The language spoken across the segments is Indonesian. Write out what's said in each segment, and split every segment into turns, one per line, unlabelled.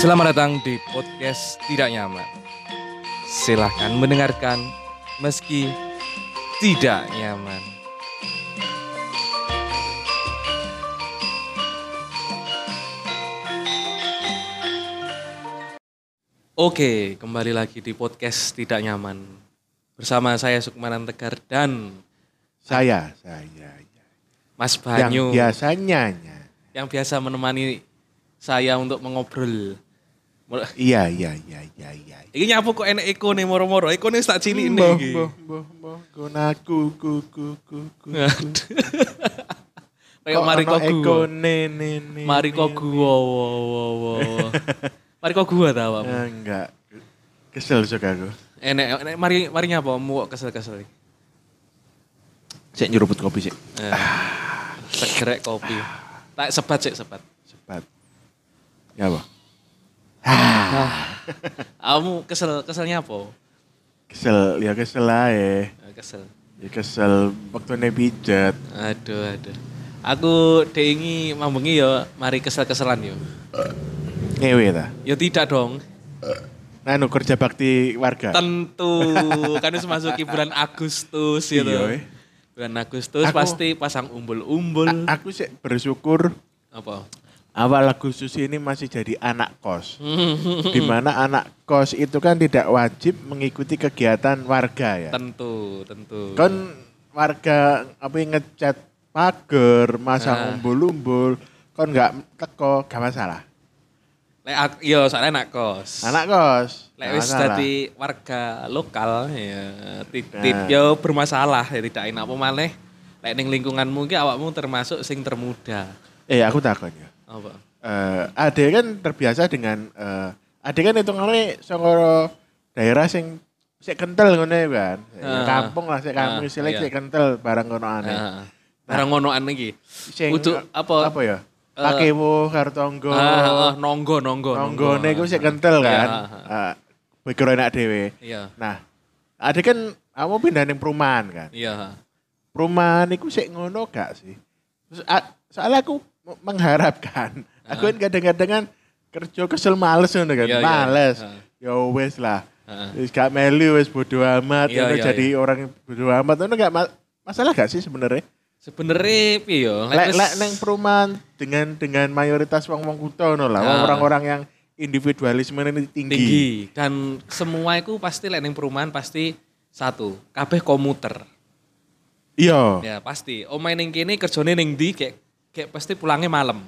Selamat datang di podcast Tidak Nyaman. Silahkan mendengarkan meski tidak nyaman. Oke, kembali lagi di podcast Tidak Nyaman. Bersama saya Sukmanan Tegar dan
Saya, saya. ya.
Mas
Yang
Banyu
biasanya. ya. nya.
yang biasa menemani saya untuk mengobrol. Mul-
Iya, iya, iya, iya, iya.
Iki nyapu kok enek iko nih moro-moro. Iko nih tak cilik nih.
Mbah,
iki.
mbah, mbah, mbah, gunaku, ku, ku, ku, ku.
Nah, Kayak mari
ono
kok
ego,
gua.
ne, ne, ne,
Mari
ne,
kok
ne.
gua wo wo wo. wo. Mari kok gua ta, Pak.
Eh, Enggak. Kesel juga aku.
Enek enek mari mari nyapa mu kok kesel-kesel. iki?
Cek nyeruput kopi sih.
Eh, Segerek kopi. Tak sebat sik sebat.
Cepat. Ya, apa?
Kamu Ah, kesel keselnya apa?
Kesel, ya kesel lah ya.
Eh, Kesel.
Ya kesel, waktunya pijat.
Aduh aduh. Aku deingi mambengi ya mari kesel-keselan yo.
Ngewe ta.
Ya tidak dong.
Nah, nu kerja bakti warga.
Tentu. kan itu masuki bulan Agustus gitu.
Iya, eh.
Bulan Agustus
Aku- Ah,
pasti pasang umbul-umbul.
A- aku sih bersyukur
Apa?
awal Agustus ini masih jadi anak kos. di mana anak kos itu kan tidak wajib mengikuti kegiatan warga ya.
Tentu, tentu.
Kan warga apa yang ngecat pagar,
Ah.
masang umbul-umbul, kan nggak teko, gak masalah.
Lek aku, yo soalnya anak kos.
Anak kos,
Lek
gak
wis
masalah.
dadi warga lokal ya titip
Nah.
yo bermasalah ya tidak enak apa maneh. Lek ning lingkunganmu ki awakmu termasuk sing termuda.
Eh aku takonnya.
Apa?
Eh ade kan terbiasa dengan eh ade kan hitungannya songkoro daerah sing sik kental ngono ya, kan.
Ah.
Kampung lah sik kampung
Ah,
istilahnya
iya.
sik kental barang ngono aneh.
Nah. Barang ngonoan iki.
Sing
Udu- apa-
apa ya?
eh,
Pakewo, Kartonggo,
Ah, ah, nonggo nonggo.
Nonggone gue sih kental kan.
Iya,
Uh, Pikir enak dewe.
Iya.
Nah, ada kan kamu pindah ning perumahan kan.
Iya.
Perumahan itu sih ngono gak sih? Terus, a- soalnya aku m- mengharapkan. Aku kan kadang-kadang kan kerja kesel males ngono kan.
Ah, Iya, iya.
males.
Heeh.
Ya wes lah.
Heeh.
Wis gak melu wis bodo amat.
Iya,
ngono
iya,
jadi orang bodo amat ngono gak ma- masalah gak sih sebenarnya?
Sebenere piye yo? wis-
Lek lek neng perumahan dengan dengan mayoritas wong-wong kutha ngono lah,
Ah.
orang-orang yang individualisme ini tinggi.
tinggi dan semua itu pasti lek ning perumahan pasti satu kabeh komuter
Iya,
ya pasti omahe ning kene kerjane ning ndi kayak kayak pasti pulangnya malam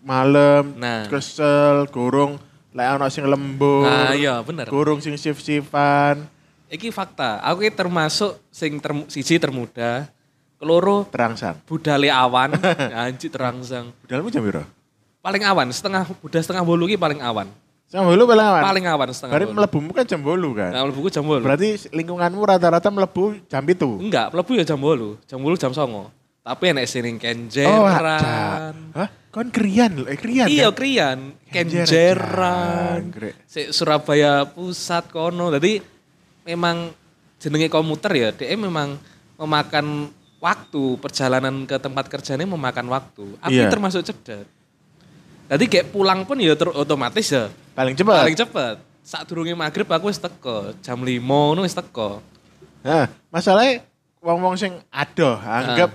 malam
Nah.
kesel, gorong lek ana sing lembur.
nah iya bener
Gorong sing shift-shiftan,
iki fakta aku ki termasuk sing term- siji termuda keloro
terangsang.
budale awan anjir terangsang
Budalmu jam piro?
paling awan setengah buda setengah bolu ki paling awan
Jam 8 paling awan.
paling awan setengah
Bari
bolu
mlebumu kan jam 8 kan.
nah buku jam bolu
Berarti lingkunganmu rata-rata mlebu jam 7.
enggak mlebu ya jam bolu jam bolu jam songo tapi enek sining
Oh, ada.
kenjeran
Hah? Kon krian lho, eh krian.
Iya
kan?
krian,
Kenjeran.
kenjeran. Si Surabaya pusat kono. Jadi memang jenenge komuter ya, dia memang memakan waktu perjalanan ke tempat kerjanya memakan waktu. Aku
Iya.
termasuk cedet. Jadi kayak pulang pun ya ter- otomatis ya
Paling cepat.
paling cepet. Saat durunge maghrib aku wis teko, jam 5 ngono wis teko.
Nah, masalahnya wong-wong sing adoh anggap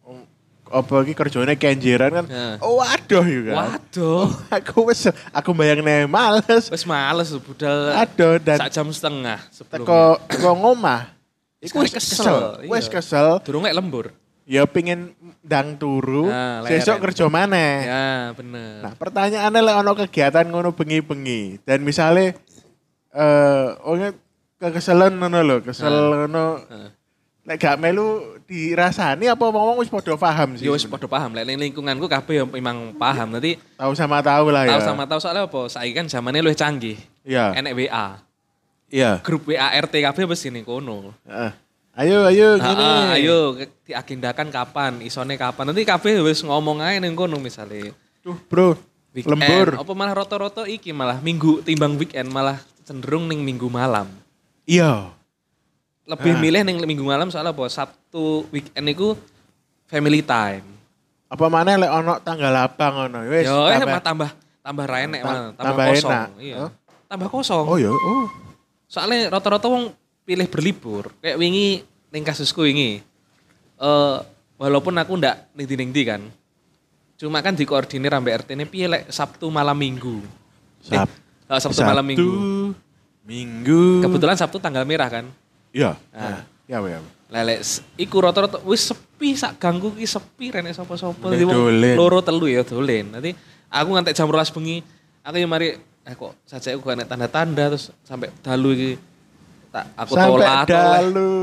um, apa iki kerjane kenjeran kan.
Ah.
Oh adoh ya kan.
Waduh,
aku wis aku bayangne males.
wis males budal.
Adoh dan
Sak jam setengah sebelumnya.
teko teko ngomah. Iku wis
Sekarang kesel,
kesel,
iya.
wis kesel.
Durung lek lembur.
Ya pingin ndang turu,
Nah, leren.
sesuk kerja maneh.
Ya, bener.
Nah, pertanyaannya lek ono kegiatan ngono bengi-bengi dan misalnya eh oh ingat, kekeselan ngono lho, kesel ngono.
Heeh.
Lek gak melu dirasani apa wong-wong wis padha paham sih.
Yo Iya, Ya wis
sebenarnya?
padha paham lek ning lingkunganku kabeh yo memang paham. Nanti
Tahu sama tahu lah ya.
tahu sama tahu soalnya apa? Saiki kan zamane luwih canggih.
Iya.
Enek WA.
Iya.
Grup WA RT kabeh wis sini kono.
Heeh. Ayo
Ha,
ayo gini.
ha, ayo ke- diagendakan kapan, isone kapan. Nanti kabeh wis ngomong ae ning kono misale.
Duh, Bro.
Weekend.
Lembur.
Apa malah roto-roto iki malah minggu timbang weekend malah cenderung ning minggu malam.
Iya. Ah.
Lebih milih ning minggu malam soalnya apa? Sabtu weekend iku family time.
Apa mana lek ono tanggal lapang ono wis.
Yo, eh, tambah
tambah-
tambah tambah ra enek
Ta-
malah,
tambah
kosong.
enak.
Iya.
Hah?
Tambah kosong.
Oh ya, oh.
Soalnya rata-rata wong pilih berlibur. Kayak wingi ning kasusku wingi. Eh walaupun aku ndak nindi-nindi kan. Cuma kan dikoordinir ambek RT-ne piye lek Sabtu malam Minggu.
Sab-
Eh, eh, Sabtu malam Minggu.
Minggu.
Kebetulan Sabtu tanggal merah kan.
Iya.
Ah.
Ya, ya.
Lelek s- iku rata-rata wis sepi sak ganggu ki sepi rene sapa-sapa
Mending
Jadi wong
dolen.
loro telu ya dolen. Nanti aku ngantek jam 12 bengi, aku ya mari eh kok saja aku gak enek tanda-tanda terus sampai dalu iki tak aku
Sampai
tolak tolak.
dalu.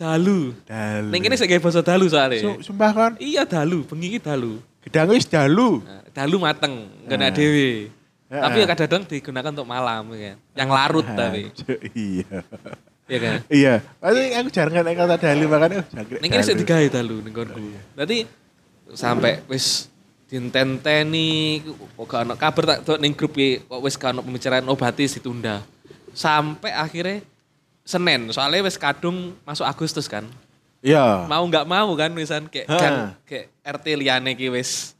dalu.
Dalu.
Ning kene sik gawe basa dalu soalnya.
Su- Sumpah kon,
iya dalu, bengi iki dalu.
gedang wis dalu.
Nah, Dalu mateng, kena dhewe.
Heeh.
Tapi ya kadang-kadang digunakan untuk malam ya. Yang larut tapi.
Hancur, Iya.
Iya kan?
Iya. Maksudnya aku jarang kan kata dalu makanya oh, jangkrik
Ning kene sik
dalu.
digawe dalu ning konku. Dadi sampai wis ditenteni kok gak ono kabar tak dok ning grup iki kok wis gak ono pembicaraan oh batis ditunda. Sampai akhirnya Senin, soalnya wis kadung masuk Agustus kan.
Iya.
Mau nggak mau kan misan kayak
Ha.
gang, kayak RT liane ki wis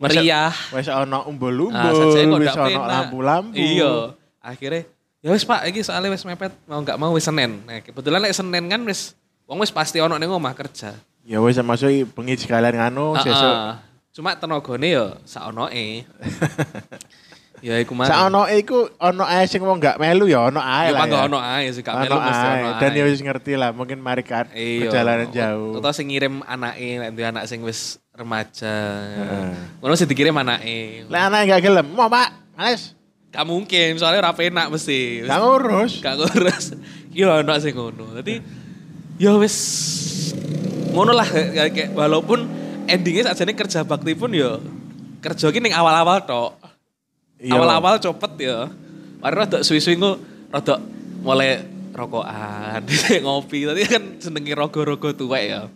meriah.
Wis
Ah,
ono
sajake kok
umbul-umbul, wis
ndak
ono
penak.
lampu-lampu.
Iya, akhirnya ya wis Pak, iki soalnya wis mepet mau nggak mau wis Senin. Nah, kebetulan lek Senin kan wis wong wis pasti ono ning omah kerja.
Ya wis maksudnya bengi sekalian
Heeh.
nganu Oh, sesuk.
Cuma tenagane ya saonoe. ya iku mah.
Sakno iku ono ae sing wong gak melu ya ono
Ya
ae lah.
panggo ono ae sih gak
Ono
melu mesti
ae.
ono ae.
Dan ya wis ngerti lah mungkin mari kan
Iya.
perjalanan jauh.
Atau sing ngirim anake nek duwe anak sing wis remaja.
Heeh.
Ngono sih dikirim anake.
Lah anak gak gelem, mau Pak, males.
Gak mungkin, soalnya ora penak mesti.
Gak ngurus.
gak ngurus iya ono sing ngono dadi ya wis ngono lah kayak kayak walaupun endingnya sajane kerja bakti pun ya kerja ki ning awal-awal tok
Iya.
awal-awal copet ya mari rada suwi-suwi engko rada mulai rokokan ngopi tadi kan jenenge rogo-rogo tuwek ya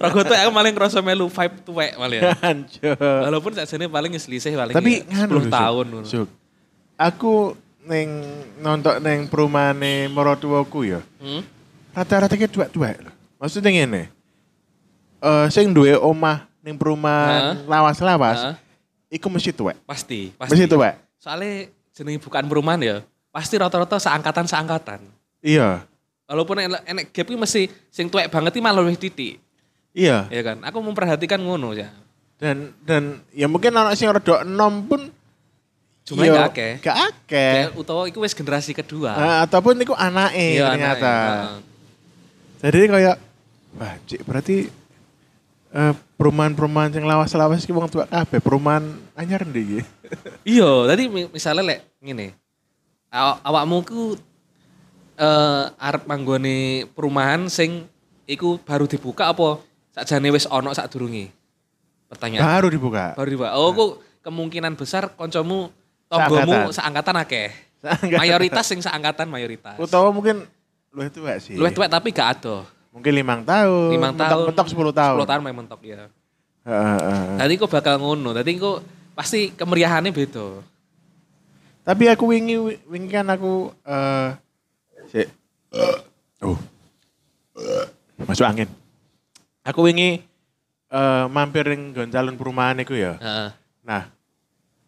rogo tuwek aku paling ngerasa melu vibe tuwek paling ya
Hancur.
walaupun sajane paling selisih paling
Tapi
ya, 10
nganu lho, Suk.
tahun ngono.
Suk. Aku neng nonton neng perumahane maratuwaku ya.
Hmm?
Rata-rata ki duwek-duwek lho. Maksudnya ngene. Eh sing duwe omah ning perumahan
Heeh.
lawas-lawas iku mesti tuwek.
pasti pasti
Mesti tuwek.
Soalnya jenenge bukan perumahan ya. Pasti rata-rata seangkatan-seangkatan.
Iya.
Walaupun enek, enek gap ki mesti sing tuwek banget iki malah luwih titik,
Iya.
ya kan. Aku memperhatikan ngono ya.
dan dan ya mungkin anak sing rada enom pun
Jumlahnya
ya,
gak akeh.
gak akeh.
Ya, Utawa iku wis generasi kedua.
Nah, ataupun niku anake
Iya,
ternyata
anaknya.
jadi kayak wah cik berarti eh, perumahan-perumahan yang lawas-lawas ki wong tua kabeh perumahan anyar ndi iki
Iya, tadi mi- misalnya lek ngene. Aw- Awakmu ku eh arep manggone perumahan sing iku baru dibuka apa sakjane wis ono sakdurunge? Pertanyaan.
baru dibuka
Baru dibuka. Oh, ku kemungkinan besar koncomu tonggomu
Seangkatan.
seangkatan akeh.
Seangkatan.
Mayoritas sing seangkatan mayoritas.
utawa mungkin luwih tua sih
Luwih tuwek tapi gak ada.
mungkin limang tahun
Limang tahun.
Iya. mentok 10 tahun
10 tahun main mentok ya.
Heeh, heeh.
Tadi kok bakal ngono. Tadi kok pasti kemeriahannya beda.
Tapi aku wingi wingi kan aku eh sik. oh. Masuk angin. Aku wingi eh mampir ning nggon calon perumahan iku ya.
Heeh.
Nah,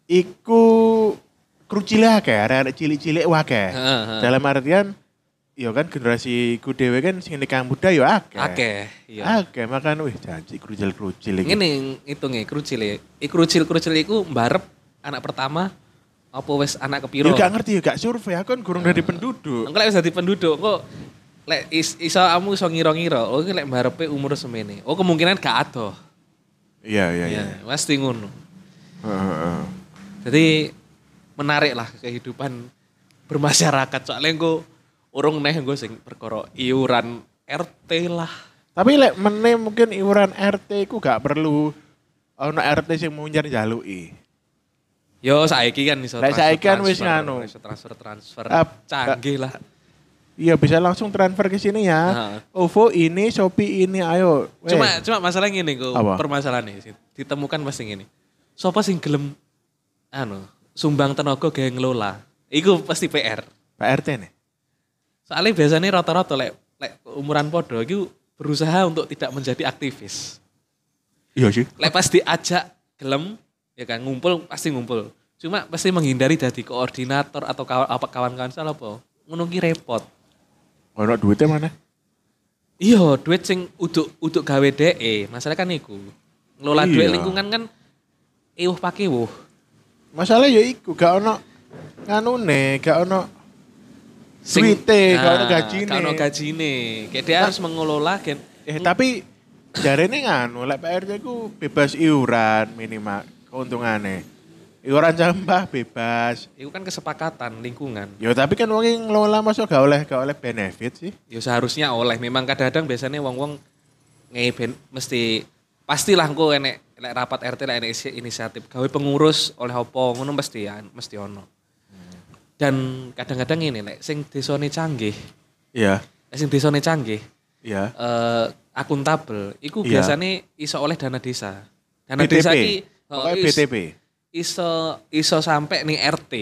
iku krucile akeh, arek-arek cilik-cilik wae akeh.
Heeh, heeh.
Dalam artian ya kan generasiku dhewe kan sing nikah muda ya akeh.
Akeh, iya.
Akeh, makan wih janji krucil-krucil Ah, iki.
Ngene ngitunge krucil ya. I krucil-krucil iku mbarep anak pertama apa wis anak
Ya
kepiro?
gak ngerti ya gak survei aku kan gurung dari penduduk.
Engko lek wis dadi penduduk kok lek is, iso kamu iso ngira-ngira, oh iki lek mbarepe umur semene. Oh kemungkinan gak ada.
Iya iya iya.
Iya, pasti ngono.
Heeh, heeh.
Jadi menarik lah kehidupan bermasyarakat. Soalnya gue urung neh gue sing perkara iuran RT lah.
Tapi lek meneh mungkin iuran RT ku gak perlu ono RT sing muncar njaluki.
Yo saiki kan iso
Lah, saiki kan
transfer-transfer,
wis nganu. Ah,
iso transfer transfer
Ap-
canggih lah.
Iya bisa langsung transfer ke sini ya. OVO ini, Shopee ini, ayo. Weh.
Cuma cuma masalah ngene gue
Apa?
permasalahan ini ditemukan pasti ngene. Sopo sing gelem anu sumbang tenaga gawe ngelola. Iku pasti PR.
Pak RT nih.
Soalnya biasanya rata-rata lek lek umuran podo iku berusaha untuk tidak menjadi aktivis.
Iya sih.
Lek pas diajak gelem, ya kan ngumpul pasti ngumpul. Cuma pasti menghindari dari koordinator atau kawan, apa kawan-kawan salah apa. Menunggu repot.
Oh, Ono duitnya mana?
Iya, duit sing uduk uduk gawe DE, masalah kan iku. Ngelola duit
Iya.
lingkungan kan eh, ewuh pakai wuh.
Masalah ya iku gak ono nganune, gak ono
Sing-
Duite, gak ono
Ah,
gajine. Nah,
Gak ono gajine. Kayak dia harus mengelola gen
Eh, tapi jarene nganu, lek PRJ ku bebas iuran minimal keuntungannya. Iuran jambah bebas.
itu kan kesepakatan lingkungan.
Yo tapi kan wong yang ngelola masuk gak oleh gak oleh benefit sih.
Ya seharusnya oleh memang kadang-kadang biasanya wong-wong ngeben mesti pastilah engko enek lek rapat RT lek enek isi- inisiatif gawe pengurus oleh opo ngono mesti ya, mesti ono. Dan kadang-kadang ini lek sing desane canggih,
Iya.
lek sing desane canggih
Iya.
eh, akuntabel, iku
Iya.
biasanya iso oleh dana desa. Dana
BTP.
desa iki eh,
Pokoknya
is-
BTP.
iso iso sampai nih RT.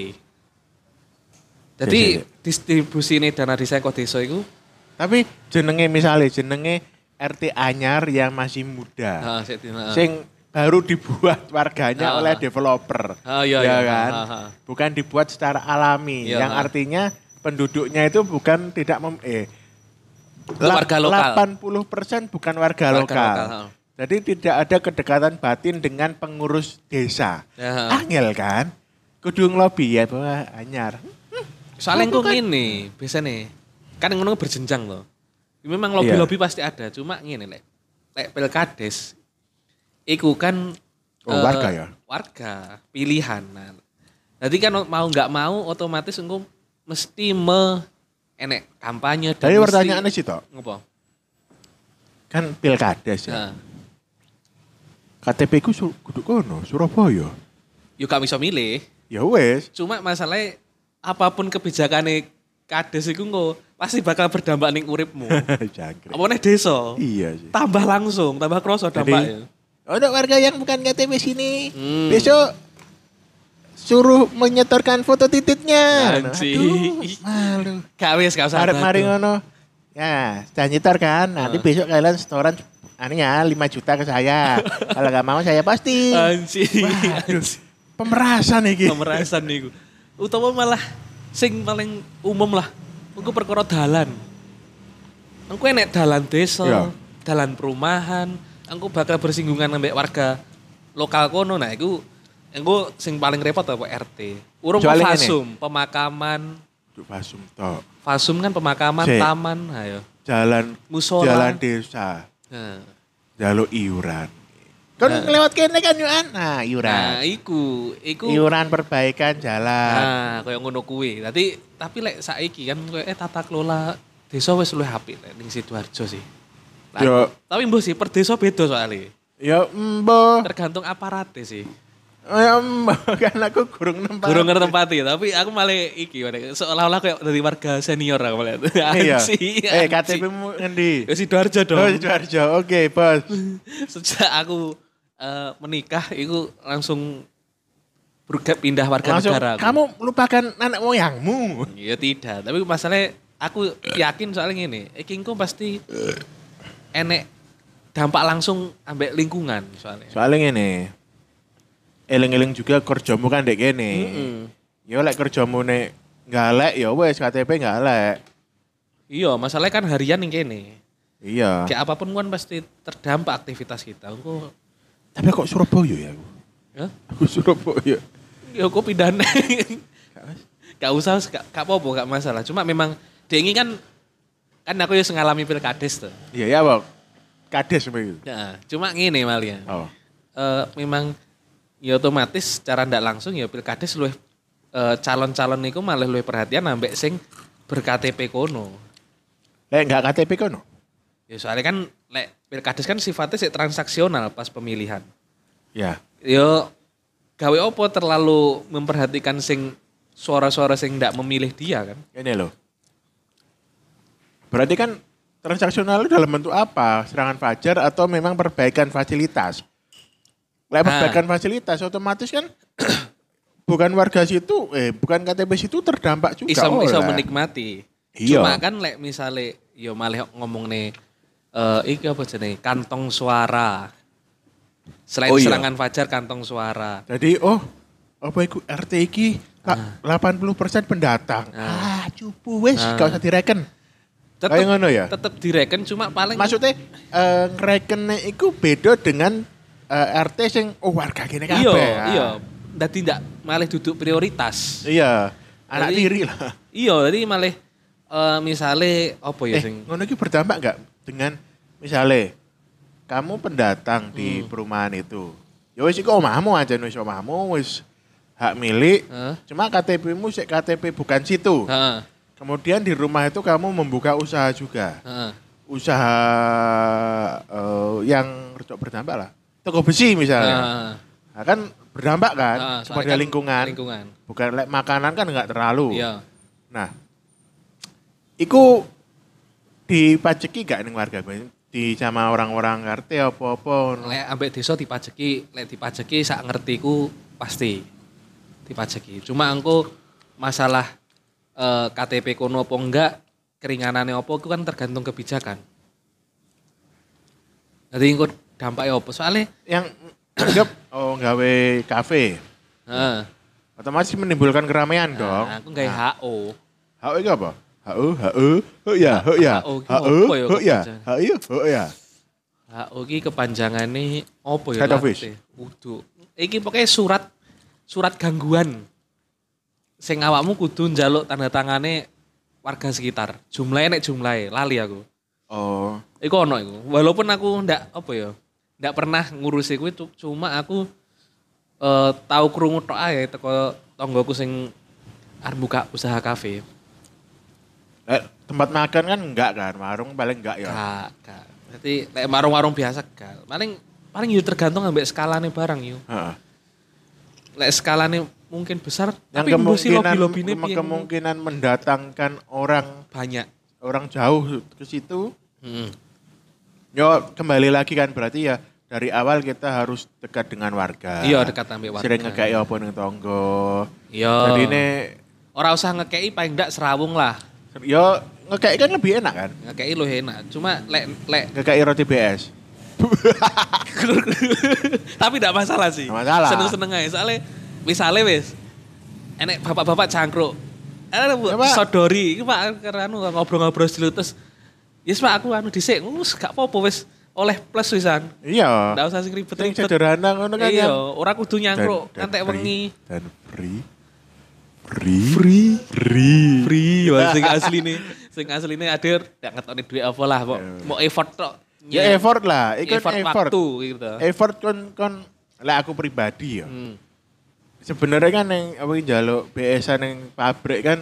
Jadi
Iya, iya, iya.
distribusi nih dana desa kok desa itu
Tapi jenenge misalnya jenenge RT Anyar yang masih muda.
Ah, sik dina-
Iya. Sing baru dibuat
Ah.
warganya oleh developer.
Ah, iya, iya.
Ya kan?
Ah, ah, ah.
Bukan dibuat secara alami
Iya.
yang artinya penduduknya itu bukan tidak mem eh la-
Warga lokal.
80% bukan warga,
Warga
lokal.
lokal, ah.
Jadi tidak ada kedekatan batin dengan pengurus desa.
Ya.
Angel kan? Kudu lobby ya bahwa anyar.
Soalnya engko ngene, biasane kan ngono berjenjang loh. Memang
Iya.
lobby-lobby pasti ada, cuma ngene lek lek Pilkades iku kan
Oh,
eh,
warga ya?
Warga pilihan. Nah, Jadi kan mau nggak mau otomatis engko mesti me enek kampanye
Tapi
mesti-
pertanyaannya sih toh,
ngopo?
kan pilkades ya.
Nah,
KTP ku su- kudu kono Surabaya.
yuk kami bisa milih.
Ya wes.
Cuma masalahnya apapun kebijakannya kades iku engko pasti bakal berdampak ning uripmu.
Jangkrik.
Apa nih desa?
Iya sih.
Tambah langsung, tambah kroso ya. dampaknya.
Untuk warga yang bukan KTP sini,
Hmm.
besok suruh menyetorkan foto titiknya.
Anjing.
Aduh, malu.
Gak wis gak usah.
Arep
adu-adu.
mari ngono. Ya, jangan nyetor kan.
Ah.
Nanti besok kalian setoran anu ya 5 juta ke saya. Kalau nggak mau saya pasti.
Anjing.
Aduh, pemerasan iki.
Pemerasan niku. Utama malah sing paling umum lah. Engko perkara dalan. Engko enek dalan desa,
Iya.
dalan perumahan, engko bakal bersinggungan ambek warga lokal kono nah iku engko sing paling repot apa RT. Urung
Soalnya ngene.
fasum, pemakaman,
Duh, Basum tok.
fasum kan pemakaman,
Sik.
taman, ayo.
Jalan
Musola.
jalan desa.
Nah.
Jaluk iuran. Kan lewat kene kan yuan. Nah, iuran.
Nah, iku, iku
Iuran perbaikan jalan.
Nah, koyo ngono kuwi. Dadi tapi lek saiki kan koyo eh tata kelola desa wis luwih apik lek ning Sidoarjo sih. Lah,
Yo.
Tapi mbuh sih per desa beda soalnya.
Ya embo.
Tergantung aparate sih.
Ya mbak, kan aku gurung nempat.
Gurung ngertempati, tapi aku malah iki malah seolah-olah kayak dari warga senior aku malah.
Iya.
Anjing,
Eh,
anjing.
KTP mu ngendi?
Ya Sidoarjo
Oh,
dong.
Sidoarjo. Oke, Bos.
Sejak aku eh, menikah itu langsung berge- pindah warga
Langsung
negara. aku.
kamu lupakan anak moyangmu.
Ya tidak, tapi masalahnya aku yakin soalnya gini, iki engko pasti enek dampak langsung ambek lingkungan soalnya.
Soalnya ngene. Eling-eling juga kerjamu kan dek kene. Ya lek kerjamu nek galek ya wes KTP galek.
Iya, masalahnya kan harian yang kene.
Iya.
Kayak apapun kan pasti terdampak aktivitas kita. Engko
Tapi kok Surabaya ya aku?
ya,
Aku Surabaya.
ya aku pindah neng. Gak usah, gak, gak apa-apa, gak masalah. Cuma memang dia ini kan kan aku ya ngalami pilkades tuh.
Iya ya, Bang. Kades sampe itu.
Nah, cuma ngene malia.
Oh.
eh, memang ya otomatis secara ndak langsung ya pilkades luwih eh, calon-calon niku malah luwih perhatian ambek sing berKTP kono.
Lek enggak KTP kono?
Ya soalnya kan lek pilkades kan sifatnya sik transaksional pas pemilihan.
Ya.
Yo gawe opo terlalu memperhatikan sing suara-suara sing ndak memilih dia kan.
Ini loh. Berarti kan transaksional itu dalam bentuk apa? Serangan fajar atau memang perbaikan fasilitas? Lah
Nah.
perbaikan fasilitas otomatis kan bukan warga situ, eh bukan KTP situ terdampak juga. Oh,
Iso iso
orang.
menikmati.
Iya.
Cuma kan lek misale yo malah ngomong nih eh iki apa jenenge kantong suara. Selain
Oh iya.
serangan fajar kantong suara.
Jadi oh apa iku RT iki tak 80% pendatang.
Ah.
Ah, cupu wis
Ah.
gak usah direken.
Tetep,
Kayak ngono ya?
Tetep direken cuma paling
Maksudnya eh ngrekene iku beda dengan eh, RT sing oh warga kene kabeh.
iya,
Ah.
iya. Dadi ndak malah duduk prioritas.
Iya. Anak
Jadi-
tiri lah.
Iya, jadi malah eh misale apa ya
Eh,
sing
ngono iki berdampak nggak dengan misalnya kamu pendatang di
Hmm.
perumahan itu. Ya wis iku omahmu aja wis omahmu wis hak milik.
Heeh.
Cuma KTP-mu sik KTP bukan situ.
Heeh.
Kemudian di rumah itu kamu membuka usaha juga.
Heeh.
Usaha eh, yang rocok berdampak lah. Toko besi misalnya.
Heeh.
Nah, kan berdampak kan
Heeh, soalnya
kepada
kan
lingkungan.
Lingkungan.
Bukan lek makanan kan nggak terlalu.
Iya.
Nah, iku dipajeki gak ning warga gue? Di sama orang-orang RT apa-apa. ngono.
Lek ambek desa dipajeki, lek dipajeki sak ngertiku pasti dipajeki. Cuma engko masalah eh, KTP kono apa enggak, keringanane apa itu kan tergantung kebijakan. Jadi engko dampaknya apa? Soalnya
Yang anggap oh gawe kafe
heeh.
otomatis menimbulkan keramaian dong.
Nah, aku gawe
Nah,
HO.
HO itu apa? HO, HO, HO ya, HO ya,
HO,
HO,
itu apa ya,
HO ya,
kepanjangan?
HO, HO ya.
HO iki Nah, kepanjangane apa ya?
Skydivers.
latih? Kudu. Iki pokoknya surat surat gangguan. Sing awakmu kudu njaluk tanda tangane warga sekitar. Jumlahnya nek jumlahe, lali aku.
Oh,
Iku ono iku. Walaupun aku ndak apa ya, ndak pernah ngurusi kuwi cu- cuma aku eh tahu krungu tok ae teko tanggoku sing arep buka usaha kafe.
eh, tempat makan kan enggak kan, warung paling enggak ya.
Kak, kak. Berarti lek warung-warung biasa kak. Paling paling yo tergantung ambek skalane barang yo.
Heeh.
Lek skalane mungkin besar
Yang
tapi mbusi
kemungkinan
lobi-lobine
kemung-
piye ngono.
kemungkinan mendatangkan orang
banyak.
orang jauh ke situ
Heeh.
Yo kembali lagi kan berarti ya dari awal kita harus dekat dengan warga.
Iya, dekat ambek warga.
Sering ngekei apa ning tonggo.
Iya.
Jadi ini
Ora usah ngekei paling ndak serawung lah.
yo ngekei kan lebih enak kan?
Ngekei lo enak. Cuma lek lek
Ngekei roti BS.
tapi ndak masalah sih.
Ndak masalah.
Seneng-seneng ae. Soale misale wis enek bapak-bapak cangkruk. Ada Bu,
Ya, Pak.
sodori, iki Pak karena anu ngobrol-ngobrol dilutus. Yes Pak, aku anu dhisik, wis gak apa-apa wis oleh plus wisan.
Iya.
Ndak usah sing
Sing
ribet-ribet.
sederhana ngono kan
Iya,
yang-
ora kudu nyangkruk,
Dan- dan
ngantek
free.
wengi.
Dan free. Free. Free. Free.
Free, wah sing asli nih. Sing asli nih ada ndak ngetokne duit apa lah, kok mau effort tok.
Ya effort lah, ikut
effort,
effort.
waktu gitu.
Effort kon kon kan, lah aku pribadi ya.
Hmm.
sebenarnya kan yang apa yang jaluk BSN yang pabrik kan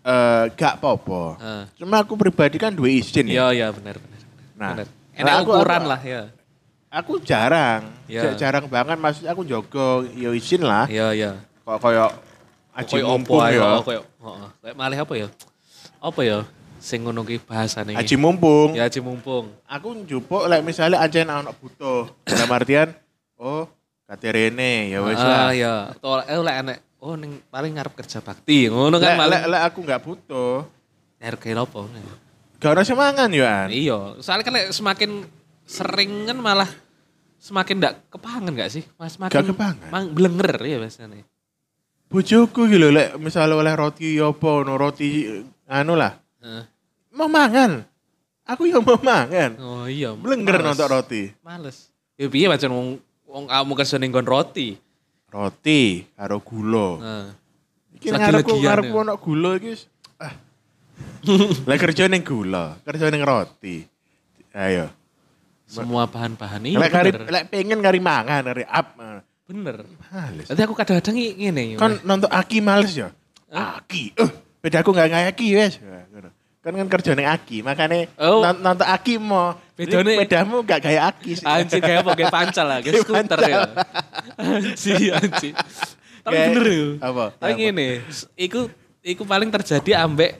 eh gak popo.
Heeh.
Cuma aku pribadi kan dua izin
Ah.
ya.
Iya, iya benar benar.
Nah,
benar.
nah,
enak
aku-
ukuran
aku-
lah ya.
Aku jarang,
Iya.
ja- jarang banget maksudnya aku jogo ya izin lah.
Iya, iya.
Kok koyo aji
Koyo opo
mumpung
ae, oh,
ya.
koyo heeh. Kayak malih apa ya? Apa ya? Sing ngono ki bahasane iki.
Aji mumpung.
Ya aji mumpung.
Aku njupuk like misalnya aja anak butuh. Dalam artian oh kate Rene ya wis
Ah,
lah.
ya. Atau eh lek enek oh ning paling ngarep kerja bakti ngono
Lek
kan
lek
malah
lek aku gak butuh.
nyari kayak opo.
Gak ono semangan yo an.
Iya, soalnya kan lek semakin sering kan malah semakin ndak kepangan gak sih? Mas semakin
Nggak kepangan.
Mang blenger ya biasanya.
Bojoku iki lho lek misalnya oleh roti ya apa ono roti anu lah.
Heeh.
mau mangan. Aku ya mau mangan.
Oh iya.
Blenger
males.
nonton roti.
Males. Ya piye macam wong wong kamu kerja ning nggon roti.
Roti karo gula.
Nah.
Iki
Lagi
ngarepku
legian
ngarepku
ya.
ono gula iki wis, ah. Lah kerja ning gula, kerja ning roti. Ayo.
Semua bahan-bahan ini
Lek kari
bener.
lek pengen kari mangan, eh. kari up.
bener.
Males.
Nanti aku kadang-kadang ngi- ngene. ya.
Kan nonton Aki males ya. Aki. Eh, beda aku gak ngayaki wes. Nah, ngono. Kan kan kerja ning Aki, makanya
Oh.
non- nonton Aki mau.
Bedone-
Bedamu gak kayak Aki sih.
anjing kayak apa? Kayak pancal lah, kayak
Kayak
skuter
pancal.
ya. Anjing, anjing. Tapi
Kayak-
bener ya.
apa?
Tapi
Apa?
ngene, s- iku iku paling terjadi ambek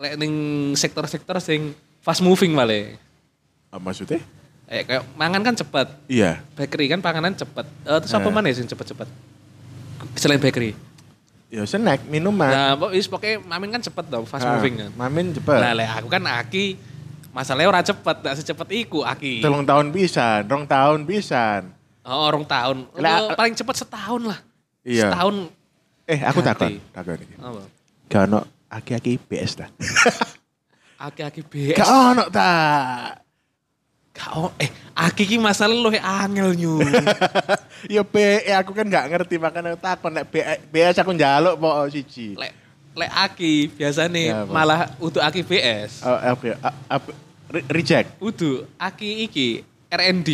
lek ning sektor-sektor sing fast moving malah.
Ah, Maksudnya?
Kayak kayak mangan kan cepet,
Iya.
bakery kan panganan cepet. Eh, terus apa
Eh.
mana sing cepet-cepet? Selain bakery.
Ya snack, minuman.
Nah, pok- wis pokoknya mamin kan cepet dong, fast
Ah,
moving kan.
Mamin cepet.
Nah, lek aku kan aki masalahnya ora cepet, gak secepet iku aki.
Telung tahun pisan, rong tahun pisan.
Oh, orang tahun.
Lah,
Oh, paling cepet setahun lah.
Iya.
Setahun
Eh, aku
Ganti.
takon, takon iki.
apa?
Gak ono aki-aki IBS ta.
Aki-aki BS.
Gak ono ta.
Gak o- eh aki ki masalah lu angel nyu.
Ya B, eh, aku kan gak ngerti makanya aku takon nek B- BS aku njaluk po siji.
lek lek aki biasane
Ya, apa?
malah untuk aki BS.
Oh, apa ya? A- apa- re- reject.
Udu aki iki RND.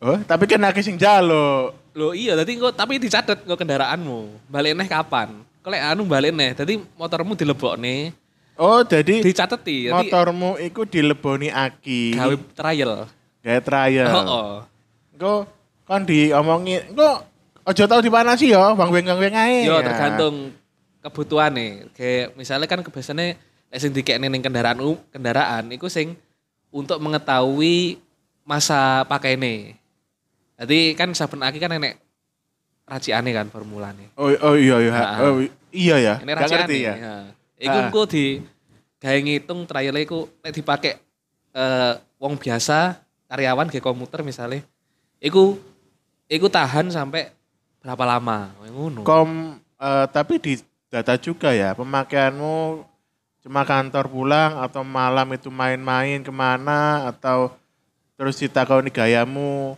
Oh, tapi kan aku sing njaluk.
Loh iya, tadi kok tapi dicatat kok kendaraanmu. Balik neh kapan? Kok lek anu balik neh, tadi motormu dilebokne,
Oh, jadi
dicatet ti, tadi
motormu iku dileboni aki.
gawe trial.
Gawe trial.
Oh, oh.
Engko kan diomongi, engko ojo tau dipanasi ya, bang weng weng ae.
Yo
Ya.
tergantung kebutuhan Kayak misalnya kan kebiasaannya lek sing dikekne ning kendaraan um- kendaraan iku sing untuk mengetahui masa pakainya. Jadi kan saben aki kan enek racikane kan formulane.
Oh, oh iya iya.
Ah.
Oh, iya ya.
Ini
Gak
racikane.
ngerti
Ya.
ya.
Iku
Ah.
engko di gawe ngitung trialnya iku nek dipakai eh, wong biasa karyawan ge komuter misalnya iku iku tahan sampai berapa lama ngono.
Kom eh, tapi di data juga ya pemakaianmu cuma kantor pulang atau malam itu main-main kemana atau terus ditakoni gayamu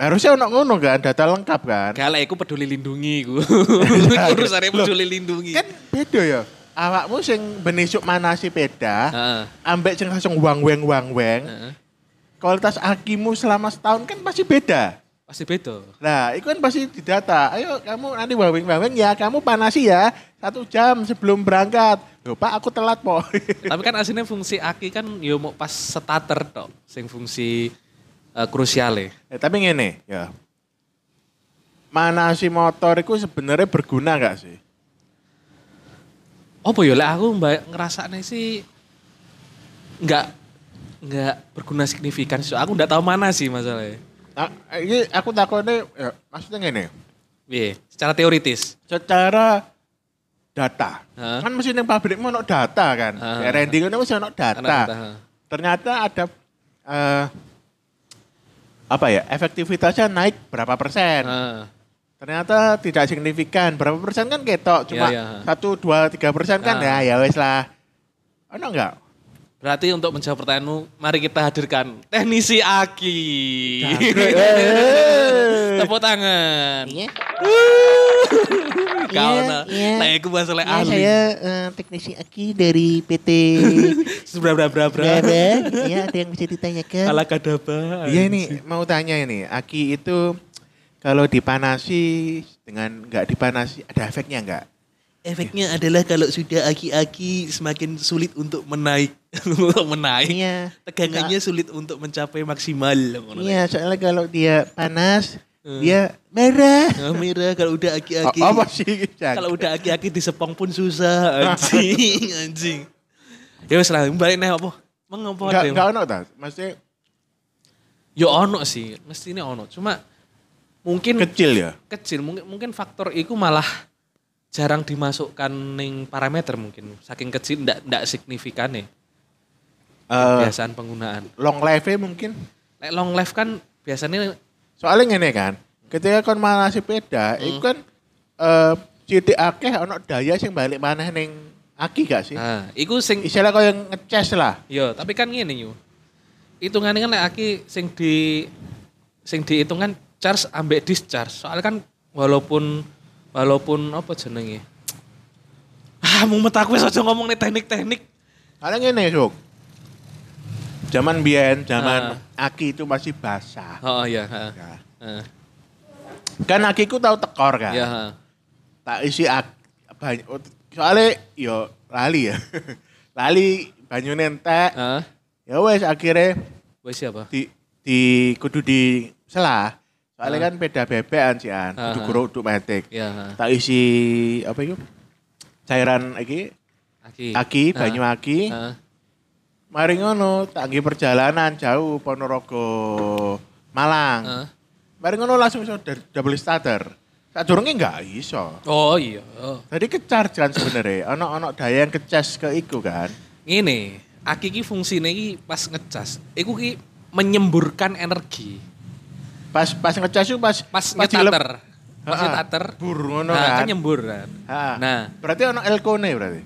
harusnya ono ngono kan data lengkap kan
Gak lah, aku peduli lindungi ku.
Iya.
Urusannya
Loh.
peduli lindungi.
kan beda ya awakmu sing benisuk manasi peda
Heeh,
ambek sing langsung wang weng wang weng
heeh.
kualitas akimu selama setahun kan pasti beda
Pasti beda.
Nah, itu kan pasti didata. Ayo kamu nanti wawing-wawing ya, kamu panasi ya. Satu jam sebelum berangkat. Loh pak, aku telat po.
Tapi kan aslinya fungsi aki kan yo mau pas starter tok, sing fungsi eh, krusiale.
Eh, tapi ngene, ya. Manasi motor itu sebenarnya berguna nggak sih?
Apa yo lah aku mbak ngerasane sih nggak nggak berguna signifikan. So, aku nggak tahu mana sih masalahnya.
Nah, ini aku takutnya, ya, maksudnya ngene.
Iya, secara teoritis.
Secara data.
Hah?
Kan mesin yang pabrik mau ono data kan.
Hah.
Ya, Rending itu mesti ono data.
Anak kita, heeh.
Ternyata ada eh, apa ya efektivitasnya naik berapa persen?
Heeh.
ternyata tidak signifikan berapa persen kan ketok cuma
Iya, iya.
satu dua tiga persen kan
Ah.
ya ya wes lah ono enggak
Berarti untuk menjawab pertanyaanmu, mari kita hadirkan teknisi Aki.
Yeay.
Tepuk tangan.
Iya.
Kau
Iya,
nah,
iya.
nah aku bahas oleh
Ya,
ahli.
saya eh, teknisi aki dari PT
Sebra bra bra bra.
Braba. ya, ada yang bisa ditanyakan?
Ala kadaba.
iya ini mau tanya ini aki itu kalau dipanasi dengan enggak dipanasi ada efeknya enggak
Efeknya adalah kalau sudah aki-aki semakin sulit untuk menaik, untuk menaik.
Iya.
Tegangannya sulit untuk mencapai maksimal.
Iya, soalnya kalau
Eh.
dia panas,
Hmm.
dia merah.
Nah, Mira kalau udah aki-aki.
Hmm. A- apa sih Jack?
Kalau udah aki-aki di sepong pun
Nah.
susah, anjing, anjing. Ya wis lah, balik nih apa? Mengapa
enggak enggak ono ta maksudnya
Ya ono sih, mesti ini ono. Cuma mungkin
kecil ya
kecil, mungkin mungkin faktor itu malah jarang dimasukkan ning parameter mungkin. Saking kecil ndak ndak signifikan nih
Eh,
kebiasaan penggunaan.
long life mungkin
Lek long life kan biasanya
soalnya ngene kan ketika kon manasi beda itu kan eh titik akeh ono daya sing balik maneh ning aki gak sih
nah, iku sing
istilah kau yang ngeces lah.
Yo, tapi kan gini yo. Hitungannya kan lek aki sing di sing dihitung kan charge ambek discharge. Soalnya kan walaupun walaupun apa jenenge? Ah, mau metaku wis aja ngomong nih teknik-teknik.
Karena ngene, Suk. Zaman biyen, zaman aki itu masih basah.
Oh iya, heeh.
Ya.
Heeh.
Kan akiku tahu tekor kan.
Iya, heeh.
Tak isi ak- banyu. oh, Soalnya yo lali ya. lali banyu nentek.
Heeh.
Ya wes akhirnya
Wes siapa?
di, di kudu di selah. Soalnya
Ah.
kan beda bebean sih an. Kudu
Ah.
guru kudu metik.
Iya, heeh.
Tak isi apa itu? Cairan iki,
Aki.
aki,
Heeh.
banyu aki.
Heeh.
Mari ngono, tanggi perjalanan jauh Ponorogo Malang.
Heeh.
Mari ngono langsung iso dar- double starter. Sadurunge enggak iso.
Oh iya. Oh.
Tadi kecar kan sebenarnya, ono-ono daya yang kecas ke iku kan.
Ngene, aki ki fungsine ki pas ngecas. Iku ki menyemburkan energi.
Pas pas ngecas itu pas
Pas
dilep-
ngetater. pakai
Ha-ha.
tater.
Bur ngono
Nah,
kan.
kan nyembur kan.
Ha.
Nah,
Berarti ono elkone berarti.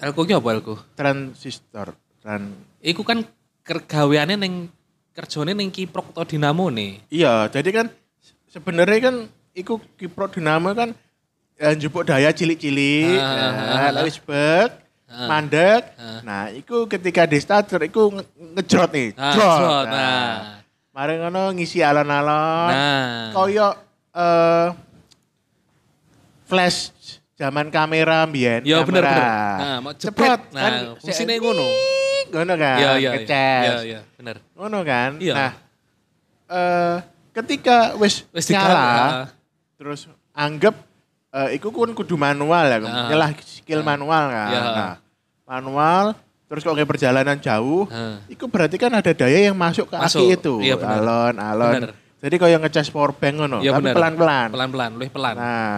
elko ki apa elko?
Transistor. Tran
Iku kan kergaweane ning kerjane ning Kiprok to Dinamo nih.
Iya, jadi kan sebenarnya kan iku Kipro Dinamo kan eh, njupuk daya cilik-cilik,
Ah,
nah,
ah,
lalu sebek,
Ah.
mandek.
Ah.
Nah, iku ketika di starter iku nge- ngejrot nih.
Nah,
jrot.
jrot,
Nah.
nah.
Mari ngono ngisi alon-alon.
Nah.
Koyo iya, eh, flash zaman kamera mbiyen.
Ya bener
kamera.
bener. Nah, mau cepet.
Ceprot,
Nah,
kan,
fungsine
se-
ngono.
Ngono kan,
Iya, iya. iya.
ngecas.
Iya, iya, bener.
Ngono kan?
Iya.
Nah, eh, ketika wis,
Wis digawe,
nyala,
ah.
terus anggap eh, iku kan kudu manual ya,
Ah.
nyelah skill
Ah.
manual kan.
Iya.
Nah, manual terus kalau kayak perjalanan jauh,
Ah.
iku berarti kan ada daya yang masuk ke
Masuk.
aki itu.
Iya, bener.
Alon, alon.
Bener.
Jadi kau yang ngecas power bank ngono,
Iya,
Oh, tapi
bener.
pelan-pelan.
Pelan-pelan, luwih pelan.
Nah,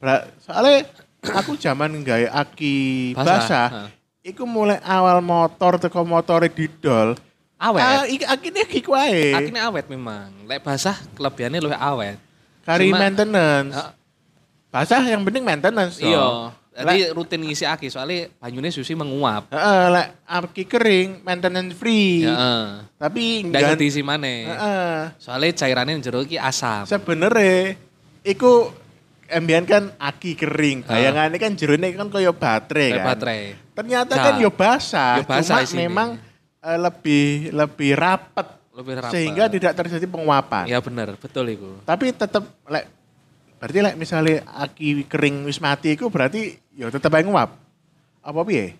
bra- soalnya aku zaman nggawe aki
Basah.
basah,
Ah.
iku mulai awal motor teko motore didol.
Awet.
Ah, iki akine iki wae.
Akhirnya Nah, awet memang. Lek basah kelebihannya luwih awet.
Kari
Cuma-
maintenance.
Ah,
Basah yang penting maintenance. toh.
Iya.
Lek,
Jadi rutin ngisi aki soalnya banyune susi menguap.
heeh, lek aki kering maintenance free.
Heeh.
Tapi
Ndak
nggak-
ganti isi maneh.
Iya. Heeh.
Soalnya cairannya jero iki asam.
Sebenere iku ambien kan aki kering.
Ah.
Bayangannya kan jerone kan kaya baterai
Kayak
kan.
baterai.
Ternyata
Nah,
kan yo
yo
basah,
basah
cuma
isinya.
memang eh, lebih lebih rapet,
Lebih rapat.
sehingga tidak terjadi penguapan.
Ya bener, betul iku.
Tapi tetap lek berarti lek misalnya aki kering wis mati iku berarti yo tetap ae nguap. Apa piye?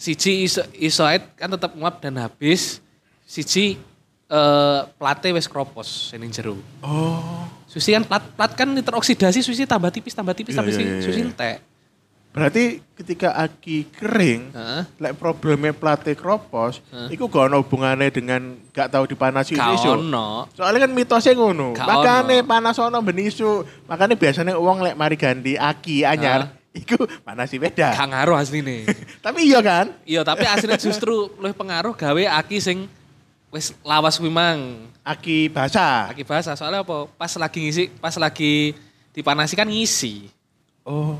Siji iso, isoid kan tetap nguap dan habis. Siji eh plate wis kropos ini jero.
Oh,
Susi kan plat plat kan teroksidasi susi tambah tipis tambah tipis
Iya,
sampai
iya,
si-
iya, iya.
susi entek.
berarti ketika aki kering
Heeh.
lek problemnya plate kropos,
Hah?
iku gak ono hubungane dengan gak tahu dipanasi
Gak
isu.
ono.
Soalnya kan mitosnya ngono.
Gak ono.
Makane panas ono ben isu. Makane biasanya uang lek mari ganti aki
Ah.
anyar, iku panas beda.
Gak ngaruh asline.
Tapi iya kan?
Iya, tapi aslinya justru lebih pengaruh gawe aki sing wis lawas kuwi mang.
Aki basah.
Aki basah soalnya apa? Pas lagi ngisi, pas lagi dipanasi kan ngisi.
Oh.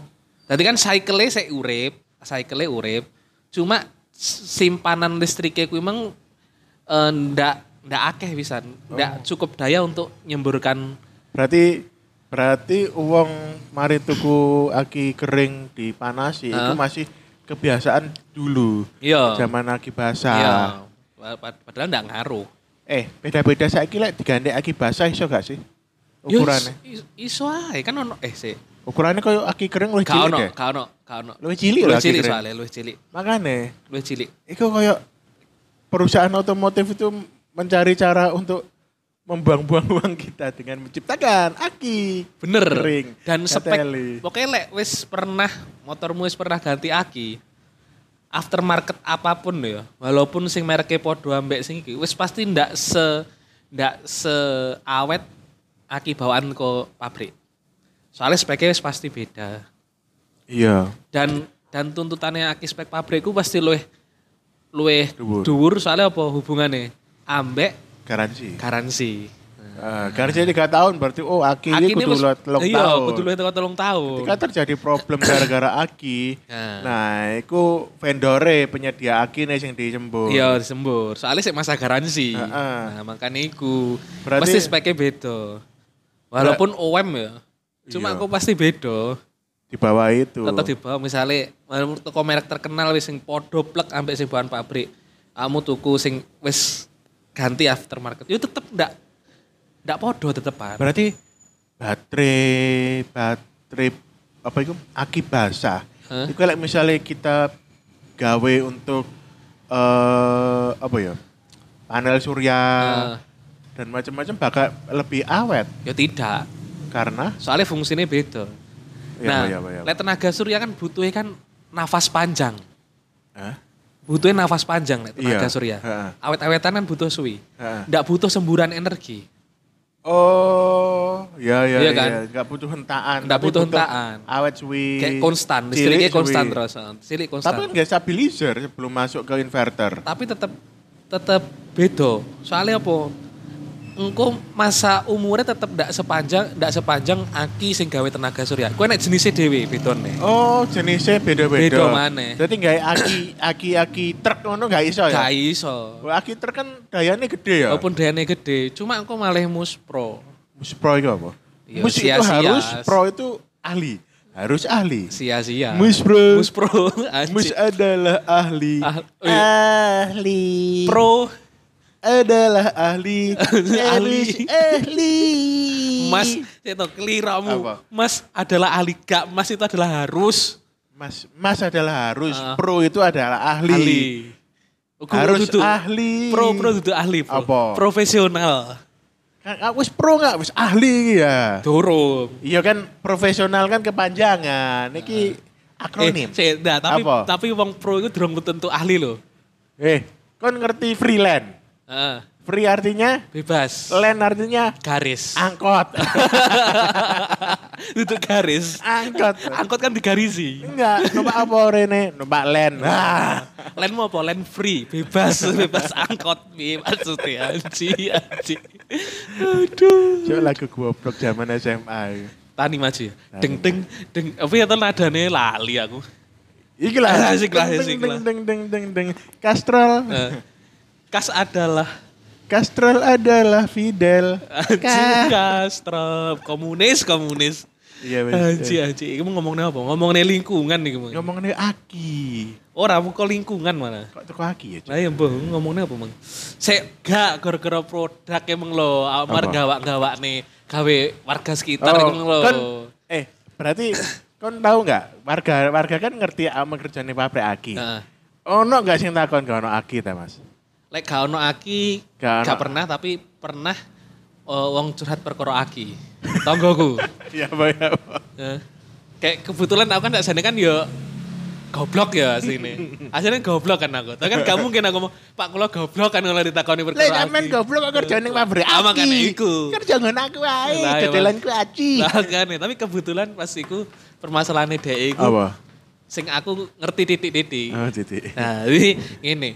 Tadi kan cycle-nya saya urip, cycle-nya urip. Cuma s- simpanan listriknya kuwi mang eh, ndak ndak akeh pisan. Ndak cukup daya untuk nyemburkan
Berarti berarti uang mari tuku aki kering dipanasi itu
Ah.
masih kebiasaan dulu.
Iya.
Zaman aki basah.
Iya. Pa- pa- Padahal ndak ngaruh.
Eh, beda-beda saiki lek diganti aki basah iso gak sih?
Ya,
Ukurannya.
is- Iso ae kan ono eh sik.
Ukurannya koyo aki kering luwih
Ka ono,
cilik deh.
ka ono, ka ono.
Luwih cilik lho
Luwih
aki
cilik
kering.
soalnya, luwih cilik.
Makane
Luwih cilik.
Iku kayak perusahaan otomotif itu mencari cara untuk membuang-buang uang kita dengan menciptakan aki.
Bener.
Kering.
Dan spek.
Kateli.
Pokoknya lek wis pernah motormu wis pernah ganti aki. Aftermarket apapun lho ya. Walaupun sing mereke podo ambek sing iki wis pasti ndak se ndak se awet aki bawaan ke pabrik. Soalnya speknya wis pasti beda.
Iya.
Dan dan tuntutannya aki spek pabrik ku pasti luweh luweh
Dhuwur.
dhuwur soalnya apa hubungannya ambek
Garansi.
garansi.
Eh, garansi tiga tahun berarti oh aki, ini
ini
kudu
wis-
lo- telung
iya,
tahun.
kudu luwih teko telung tahun.
Ketika terjadi problem gara-gara aki,
Nah.
nah, iku vendore penyedia aki nih yang dicembur.
Iya disembur. Soalnya sik masa garansi.
Heeh.
Nah, makanya iku.
Berarti-
pasti speknya beda. Walaupun OM ya. Cuma
Iya.
aku pasti beda.
Di bawah itu.
Tetap di bawah misalnya menurut toko merek terkenal wis sing podo plek ambek sing bahan pabrik. Kamu tuku sing wis ganti aftermarket. Yo tetep ndak ndak podo tetepan.
Berarti baterai, baterai apa itu aki basah.
Hah?
Itu kalau misalnya kita gawe untuk eh apa ya? panel surya
Ah.
dan macam-macam bakal lebih awet
Yo Ya tidak.
karena
Soalnya fungsinya beda.
Iya,
nah,
iya, iya.
lek tenaga surya kan butuhnya kan nafas panjang.
Hah?
butuhin nafas panjang nek tenaga
Iya.
surya.
Heeh.
Awet-awetan kan butuh suwi.
Heeh.
Ndak butuh semburan energi.
Oh, ya ya
Iya kan?
Nggak butuh hentaan.
Nggak
tapi
butuh hentaan.
Awet suwi.
Kayak konstan,
cilik
listriknya
suwi.
konstan terus. heeh. Cilik konstan.
Tapi
Tapi,
nggak stabilizer sebelum masuk ke inverter.
tetep tetep beda. Soalnya apa? engko masa umurnya tetep ndak sepanjang ndak sepanjang aki sing gawe tenaga surya. Kowe nek jenisnya dhewe bedone.
Oh, jenisnya
Beda
beda-beda.
maneh.
Jadi nggak aki aki aki truk ngono nggak iso ya.
Gak iso.
Wah, aki truk kan dayanya gede ya.
Walaupun dayane gede, cuma engko malah muspro.
Musik pro itu apa?
Iya,
Musik itu
sia-sia.
harus pro itu ahli. Harus ahli.
Sia-sia.
Muspro.
Muspro.
Mus
anjing.
adalah ahli.
Ah, oh iya.
Ahli.
Pro
adalah ahli.
Ahli.
ahli. Ahli.
Mas, itu keliramu.
Apa?
Mas adalah ahli gak, Mas itu adalah harus
Mas, mas adalah harus.
Ah.
Pro itu adalah ahli.
ahli. Aku
Harus
duduk.
ahli.
Pro pro duduk ahli, pro.
Apa?
Profesional.
Kan aku wis pro nggak? Wis ahli iki ya.
Dorong.
Iya kan profesional kan kepanjangan. Niki
Eh,
akronim.
sik, nah, tapi
Apa?
tapi wong pro itu dorong tentu ahli loh.
Eh, kon ngerti freelance?
Heeh,
Free artinya
bebas.
land artinya
garis.
angkot.
duduk garis.
angkot.
Angkot kan digarisi.
Enggak, numpak apa rene? Numpak land. Ah.
Len mau apa? Len free, bebas, bebas angkot, bebas Suti, anji, anji. Aduh.
Cuk lagu goblok zaman SMA.
Tani maju ya. Deng deng deng. Apa ya tuh nadane lali aku.
Iki lah.
Asik lah,
Deng,
asik
deng,
lah.
Deng deng deng deng deng. Kastrol.
Eh, Kas adalah
Kastrol adalah Fidel.
anjing Castro, komunis komunis.
Iya
Anji
wis.
anji, kamu ngomongnya apa? Ngomongnya lingkungan nih kamu.
Ngomongnya aki.
Orang mau kok lingkungan mana?
Kok teko aki ya? Cuk?
Lah ya mbah ngomongnya apa mang? Saya gak gara-gara produk emang lo, amar
Apa?
gawak-gawak nih, gawe warga sekitar emang lo.
kan eh berarti kon tahu nggak warga warga kan ngerti ama kerjane pabrik aki.
Heeh.
Ono nggak sing takon gak ono aki ta Mas?
Lek gak ono aki,
Gak
gak,
ono.
pernah tapi pernah eh, wong curhat perkara aki. Tonggoku.
Iya apa ya. apa.
Eh, Kayak kebetulan aku kan sana kan yo goblok ya sini. Aslinya goblok kan aku. Tapi kan gak mungkin aku ngomong, Pak kula goblok kan kalau ditakoni
Lah
perkara aki.
sampean goblok kok kerjane ning pabrik aki.
Ah, makanya iku.
Kerja ngono aku
Lah,
ae,
ya, Mas.
dedelanku aci.
Lah kan ya. tapi kebetulan pas iku permasalahannya dhek iku
Apa?
sing aku ngerti titik-titik.
Oh, titik.
Nah, jadi ngene.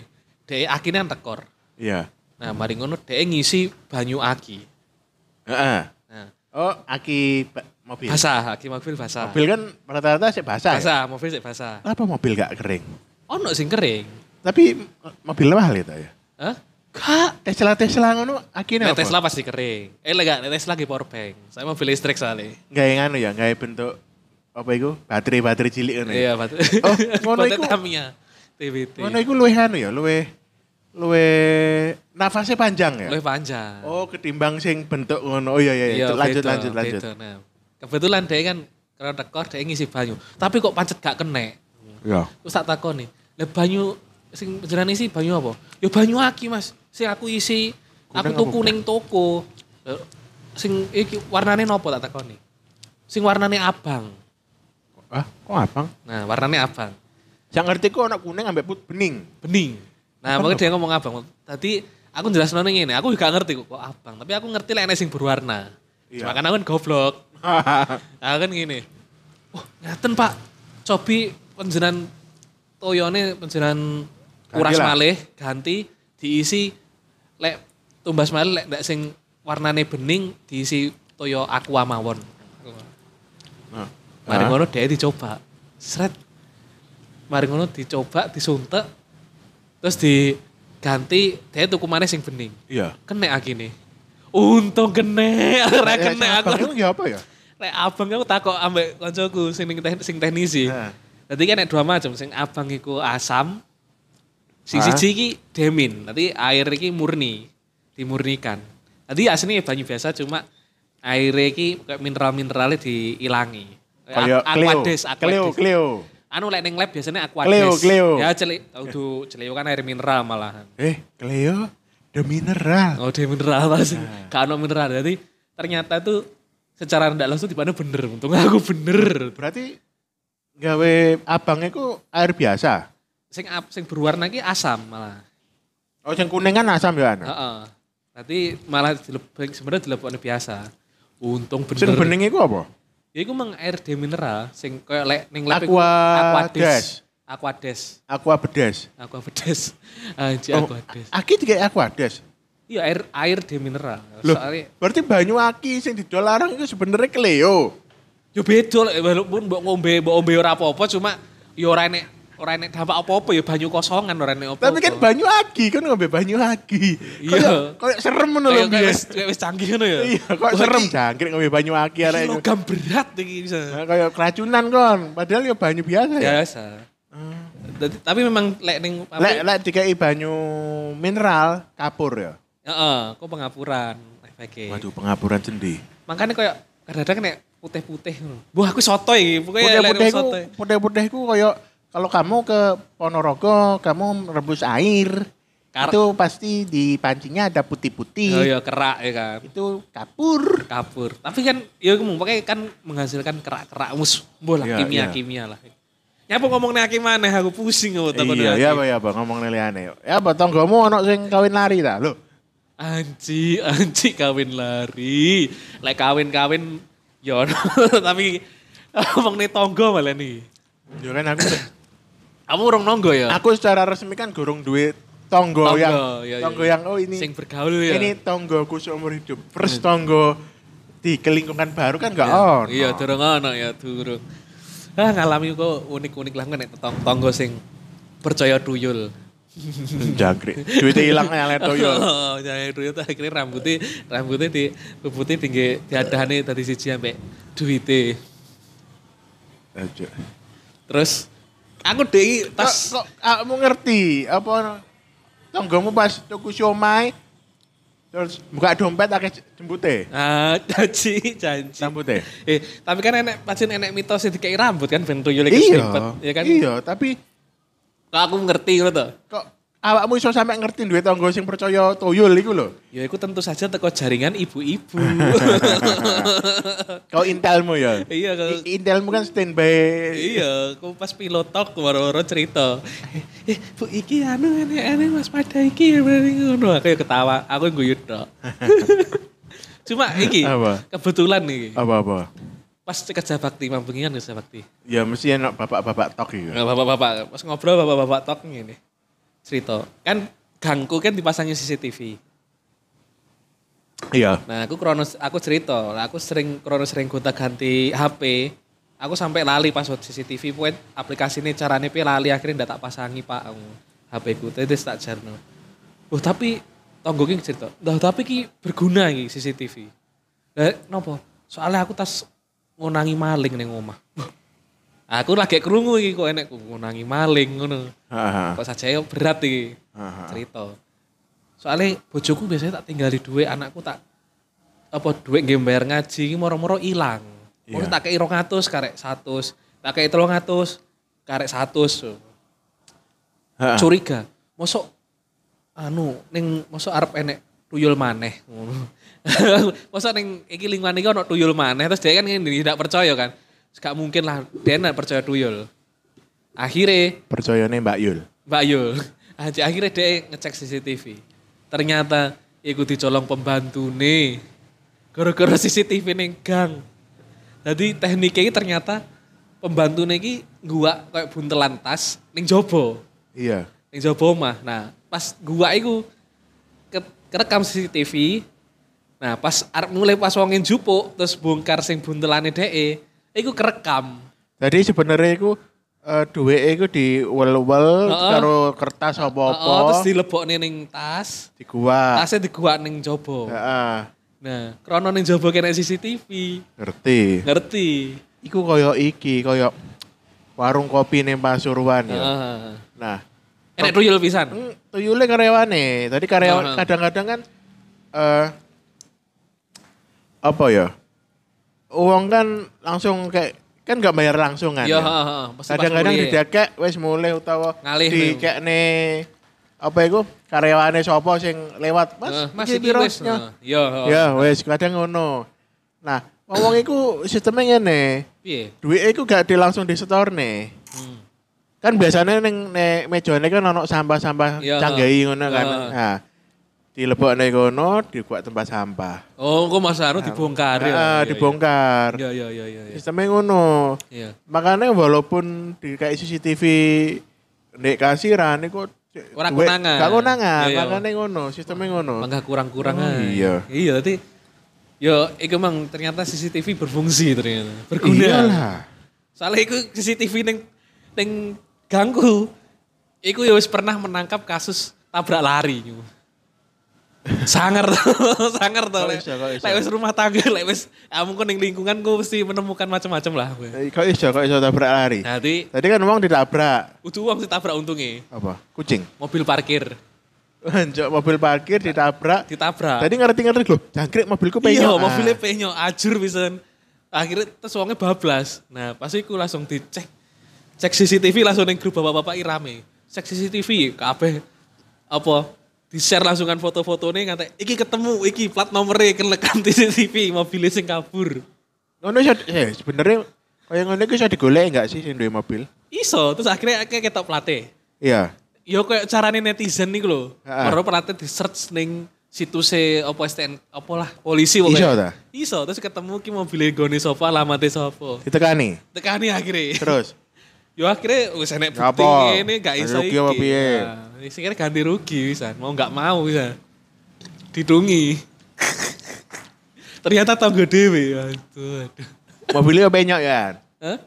Dhek akine tekor.
Iya.
Nah, mari ngono dhek ngisi banyu aki.
Heeh.
Nah,
Oh, aki ba- mobil.
basah, aki mobil basah.
Mobil kan rata-rata sih basah. ya?
Basah, mobil sik basah.
Apa mobil gak kering?
Ono sing kering.
Tapi m- mobil mahal itu ya.
Hah? Gak.
Tesla Tesla ngono akine
Nek
apa?
Tesla pasti kering. Eh enggak, nek Tesla lagi power bank. Saya mobil listrik soalnya.
Gak yang anu ya, gak yang bentuk apa itu? Baterai baterai cilik ngono. ya?
Iya, betul.
Oh, ngono iku-
Tamia. TBT.
Ngono iku luwih anu ya, luwih luwih nafasnya panjang ya.
Lebih panjang.
Oh, ketimbang sing bentuk ngono. Oh iya iya, iya. lanjut
beda,
lanjut lanjut.
beda, nah. Kebetulan dia kan karena tekor dia ngisi banyu. Tapi kok pancet gak kena.
Iya.
Terus tak takon nih. Lah banyu sing jenengan isi banyu apa? Ya banyu aki, Mas. Sing aku isi aku
Kuning
tuku
apa
ning toko. Lah, Sing iki warnane nopo tak takoni. Sing warnane abang.
Ah, kok abang?
Nah, warnane abang.
Yang ngerti kok anak kuning ambek put bening.
Bening. Nah,
Apa
makanya dia ngomong abang. Tadi aku jelas ngene, aku juga ngerti kok, kok abang, tapi aku ngerti lek enek sing berwarna.
Iya.
Cuma kan aku kan goblok.
Nah.
Aku kan gini, wah ngaten pak, cobi penjenan toyone penjenan
Ganti
kuras
lah.
malih ganti diisi lek tumbas malih lek ndak sing warnane bening diisi toyo aqua mawon.
Nah.
Mari
Ah.
ngono dhek dicoba. Sret. Mari ngono dicoba disuntek terus diganti dhek tuku maneh sing bening.
Iya.
Kenek akine. Untung kenek, ora kenek
Abang
aku. Eh,
itu ya apa ya?
Lek abang aku takok ambek koncoku sing ning tekn- sing teknisi.
Heeh.
Dadi kan nek dua macam, sing abang iku asam, sing
Hah?
siji iki demin. Dadi air iki murni, dimurnikan. Dadi aslinya banyu biasa cuma air iki kayak mineral-mineralnya diilangi.
Kayak
Ak-
Cleo.
aquades,
Cleo,
aquades.
Cleo.
Anu lek ning lab biasanya aquades.
Cleo, Cleo.
Ya celik, kudu celik kan air mineral malahan.
Eh, Cleo, the mineral.
Oh, dia mineral mas.
Nah.
Gak ono mineral. Jadi ternyata itu secara tidak langsung tiba bener. Untung aku bener.
Berarti gawe abangnya ku air biasa.
Sing ap- sing berwarna ki asam malah.
Oh, yang kuning kan asam ya anu.
Heeh. Nanti malah dilebeng sebenarnya dilebokne biasa. Untung bener.
Sing bening iku apa?
Ya iku mang air demineral sing koyo lek ning lab
Aqua des.
aquades. Aquades.
Aqua bedes.
Aqua pedes. Anjir
Oh,
aquades.
Aki juga aqua bedes.
Iya air air demineral.
Loh,
Soalnya
berarti banyu aki sing didol larang itu sebenarnya keleo.
yo beda lah, walaupun mbok ngombe mbok ombe ora apa-apa cuma yo ora enek ora enek dampak apa-apa ya banyu kosongan ora enek apa-apa.
Tapi kan banyu aki, kan ngombe banyu aki.
Oh. Iya.
Kayak serem ngono lho
Kayak- kayak
biyen.
wis- kayak wis canggih ngono ya.
Iya, kok
Wah,
serem
iki-
jangkrik ngombe banyu aki
iki
arek.
Logam berat iki bisa.
Nah, Kayak keracunan kon, padahal ya banyu biasa ya.
Biasa. Dadi- tapi memang lek ning
Lek lek dikai banyu mineral kapur ya.
Heeh, kok pengapuran efeke.
Waduh, pengapuran sendi.
Makanya kayak kadang-kadang nek putih-putih ngono. Wah, aku soto iki. Pokoke lek nek
Putih-putih ku,
Iya, soto.
putih-putih ku kayak kalau kamu ke Ponorogo, kamu rebus air,
Kar-
itu pasti di pancinya ada
Yo
putih-putih.
yo Oh, kerak ya kan.
Itu kapur.
kapur. Tapi kan ya kamu pakai kan menghasilkan kerak-kerak mus bola
Iya,
kimia
iya.
kimia lah. Nyapa ngomong nih hakim mana aku pusing aku takut nih
Iya, iya
hakim.
apa ya, Bang, ngomong leliane. Ya, apa tonggomu ono sing kawin lari ta, lho.
Anji, anji kawin lari. Lek kawin-kawin ya ono. tapi ngomong nih tonggo malah nih.
Ya kan aku
Kamu urung nonggo ya?
aku secara resmi kan gorong duit tonggo,
Tonggo,
yang
iya, iya.
tonggo yang oh ini
Sing bergaul ya.
ini tonggoku seumur hidup. Terus tonggo di kelingkungan baru kan enggak
Ya.
on.
Iya, durung ono ya, durung. Ah, ngalami kok unik-unik lah nek tong- tonggo sing percaya tuyul.
Jangkrik. Duitnya hilang nyale toyo.
Oh, nyale tuyul tuh akhirnya rambutnya rambutnya di rambutnya tinggi diadahane tadi siji sampe duwite.
Aja.
Terus aku dei
Kok
tas
kok kamu ngerti apa tonggomu pas tuku siomay terus buka dompet akeh jembute.
ah janji janji.
Rambutnya.
Eh, tapi kan enek pacin enek mitos sing dikai rambut kan ben tuyul iki selimpet,
Iya.
ya kan.
Iya, tapi
Kok aku ngerti ngono to.
kok awakmu iso sampe ngerti duwe tangga sing percaya tuyul iku lho.
Ya iku tentu saja teko jaringan ibu-ibu.
Kau intelmu ya.
Iya, kalau-
I- intelmu kan standby.
Iya, aku pas pilotok waro-waro cerita. Eh, bu iki anu ane ane mas pada iki ya berarti ngono. Aku ya ketawa, aku guyu tok. Cuma iki
Apa?
kebetulan iki.
Apa-apa.
Pas kerja bakti mambengian kerja bakti.
Ya mesti enak bapak-bapak tok iki. ya.
Nah, bapak-bapak pas ngobrol bapak-bapak tok ngene. Cerita. Kan gangku kan dipasangi CCTV.
Iya.
Nah, aku kronos aku cerita, lah aku sering kronos sering gonta ganti HP. Aku sampai lali password CCTV pokoknya aplikasi ini caranya pi lali akhirnya ndak tak pasangi Pak aku HP ku terus tak jarno. Oh, tapi tonggo ki cerita. Lah tapi ki berguna iki CCTV. Lah nopo? Soalnya aku tas ngonangi maling ning omah. Wah, Aku lagi kerungu iki kok enek ku ngonangi maling ngono.
Ha-ha.
Kok saja berat iki
Aha.
cerita. Soalnya bojoku biasanya tak tinggali duit, anakku tak apa duit nggih mbayar ngaji iki moro-moro ilang. Mungkin
Iya.
tak kei 200 karek 100, tak kei 300 karek 100.
Ha-ha.
Curiga. Mosok anu ning mosok arep enek tuyul maneh ngono. mosok ning iki lingkungan iki ono tuyul maneh terus dia kan ngene tidak percaya kan. Gak mungkin lah dia nak percaya tuyul. Akhirnya
Percayane Mbak Yul.
Mbak Yul. Aja akhirnya dia ngecek CCTV. Ternyata iku dicolong pembantu nih. Gara-gara CCTV ning gang. Jadi tekniknya ini ternyata pembantu ini gua kayak buntelan tas ning jobo.
Iya.
Ning jobo mah. Nah, pas gua iku ke, kerekam CCTV. Nah, pas arep mulai pas wongin jupuk terus bongkar sing buntelane dhek, iku kerekam.
Jadi sebenarnya iku eh duwe iku diwel-wel
Heeh.
karo kertas
Oh, terus
apa-apa
dilebokne ning tas.
di gua.
Tasnya diguak ning jobo.
Heeh.
Nah, krono ning jaba kena CCTV.
Ngerti.
Ngerti.
Iku koyo iki, koyo warung kopi ning Pasuruan ya.
Heeh.
Nah,
Enak Ah. tuyul pisan.
Hmm, tuyule karyawane. Tadi
Aha.
karyawan kadang-kadang kan eh apa ya? Uang kan langsung kayak kan nggak bayar langsung kan.
Iya,
ya.
heeh, heeh. Pasti pas
Kadang-kadang
mulai. ya.
didekek wis mulai utawa
Ngalih,
dikekne apa iku karyawane sapa sing lewat, Mas.
Heeh, Ah, Eh, Mas
iki
iki
piro?"
wis.
Ya.
heeh. Iya, heeh.
Ya, wis kadang ngono. Nah, wong iku sistemnya ngene.
Piye?
Duit iku gak di langsung disetorne.
Hmm.
kan biasanya neng nek mejane kan ono sampah-sampah
Iya.
canggahi ngono kan.
Heeh.
Nah, dilebokne kono dikuak tempat sampah.
Oh, kok Mas Anu dibongkar ya?
Heeh,
Iya,
Ah, dibongkar.
Iya, iya, iya, iya. iya.
Sistemnya ngono.
Iya.
Makanya walaupun di kayak CCTV nek kasiran iku
Ora
Duit-
konangan.
Gak konangan,
Iya, iya.
makanya ngono, sistemnya ngono.
Mangga kurang-kurang
Oh,
ae.
iya.
Iya, berarti yo iku mang ternyata CCTV berfungsi ternyata. Berguna.
Iyalah.
Soalnya iku CCTV ning ning gangku. Iku ya wis pernah menangkap kasus tabrak lari. Sangar tuh, sangar tuh.
Kok
Lek
iso, kok iso?
lek wis rumah tangga, lek wis ah, mungkin ning lingkungan gue mesti menemukan macam-macam lah. Nah, gue.
Eh, Kok iso, kok iso tabrak lari?
Nanti
Tadi kan uang ditabrak.
udah uang sih tabrak untungnya.
Apa? Kucing.
Mobil parkir
Njok mobil parkir ditabrak.
ditabrak.
Tadi ngerti-ngerti loh, jangkrik mobilku Nah, pengen.
Iya, mobilnya penyo, ajur pisan. Akhirnya terus uangnya bablas. Nah, pas iku langsung dicek. Cek CCTV langsung ning grup bapak-bapak irame. Cek CCTV kabeh apa di-share langsungan foto-fotone ngantek iki ketemu iki plat nomornya kelekam di CCTV mobilnya sing kabur.
Ngono iso, eh sebenarnya kaya ngono iku iso digolek enggak sih sing duwe mobil?
Iso, terus akhirnya akhirnya ketok plate.
Iya.
Yo kayak carane netizen niku lho.
Ha-ha.
Baru plate di search ning situs apa STN apa lah polisi
Iso ta?
Iso, terus ketemu ki mobilnya gone sapa, alamatnya sapa.
Ditekani.
tekani akhirnya.
Terus
Yo akhirnya wis enek
Apa?
bukti ini gak iso
Ganti rugi apa piye?
Nah, sing kira ganti rugi bisa, mau gak mau bisa. Didungi. Ternyata tangga dhewe. Aduh. aduh.
mobilnya penyok ya.
Hah?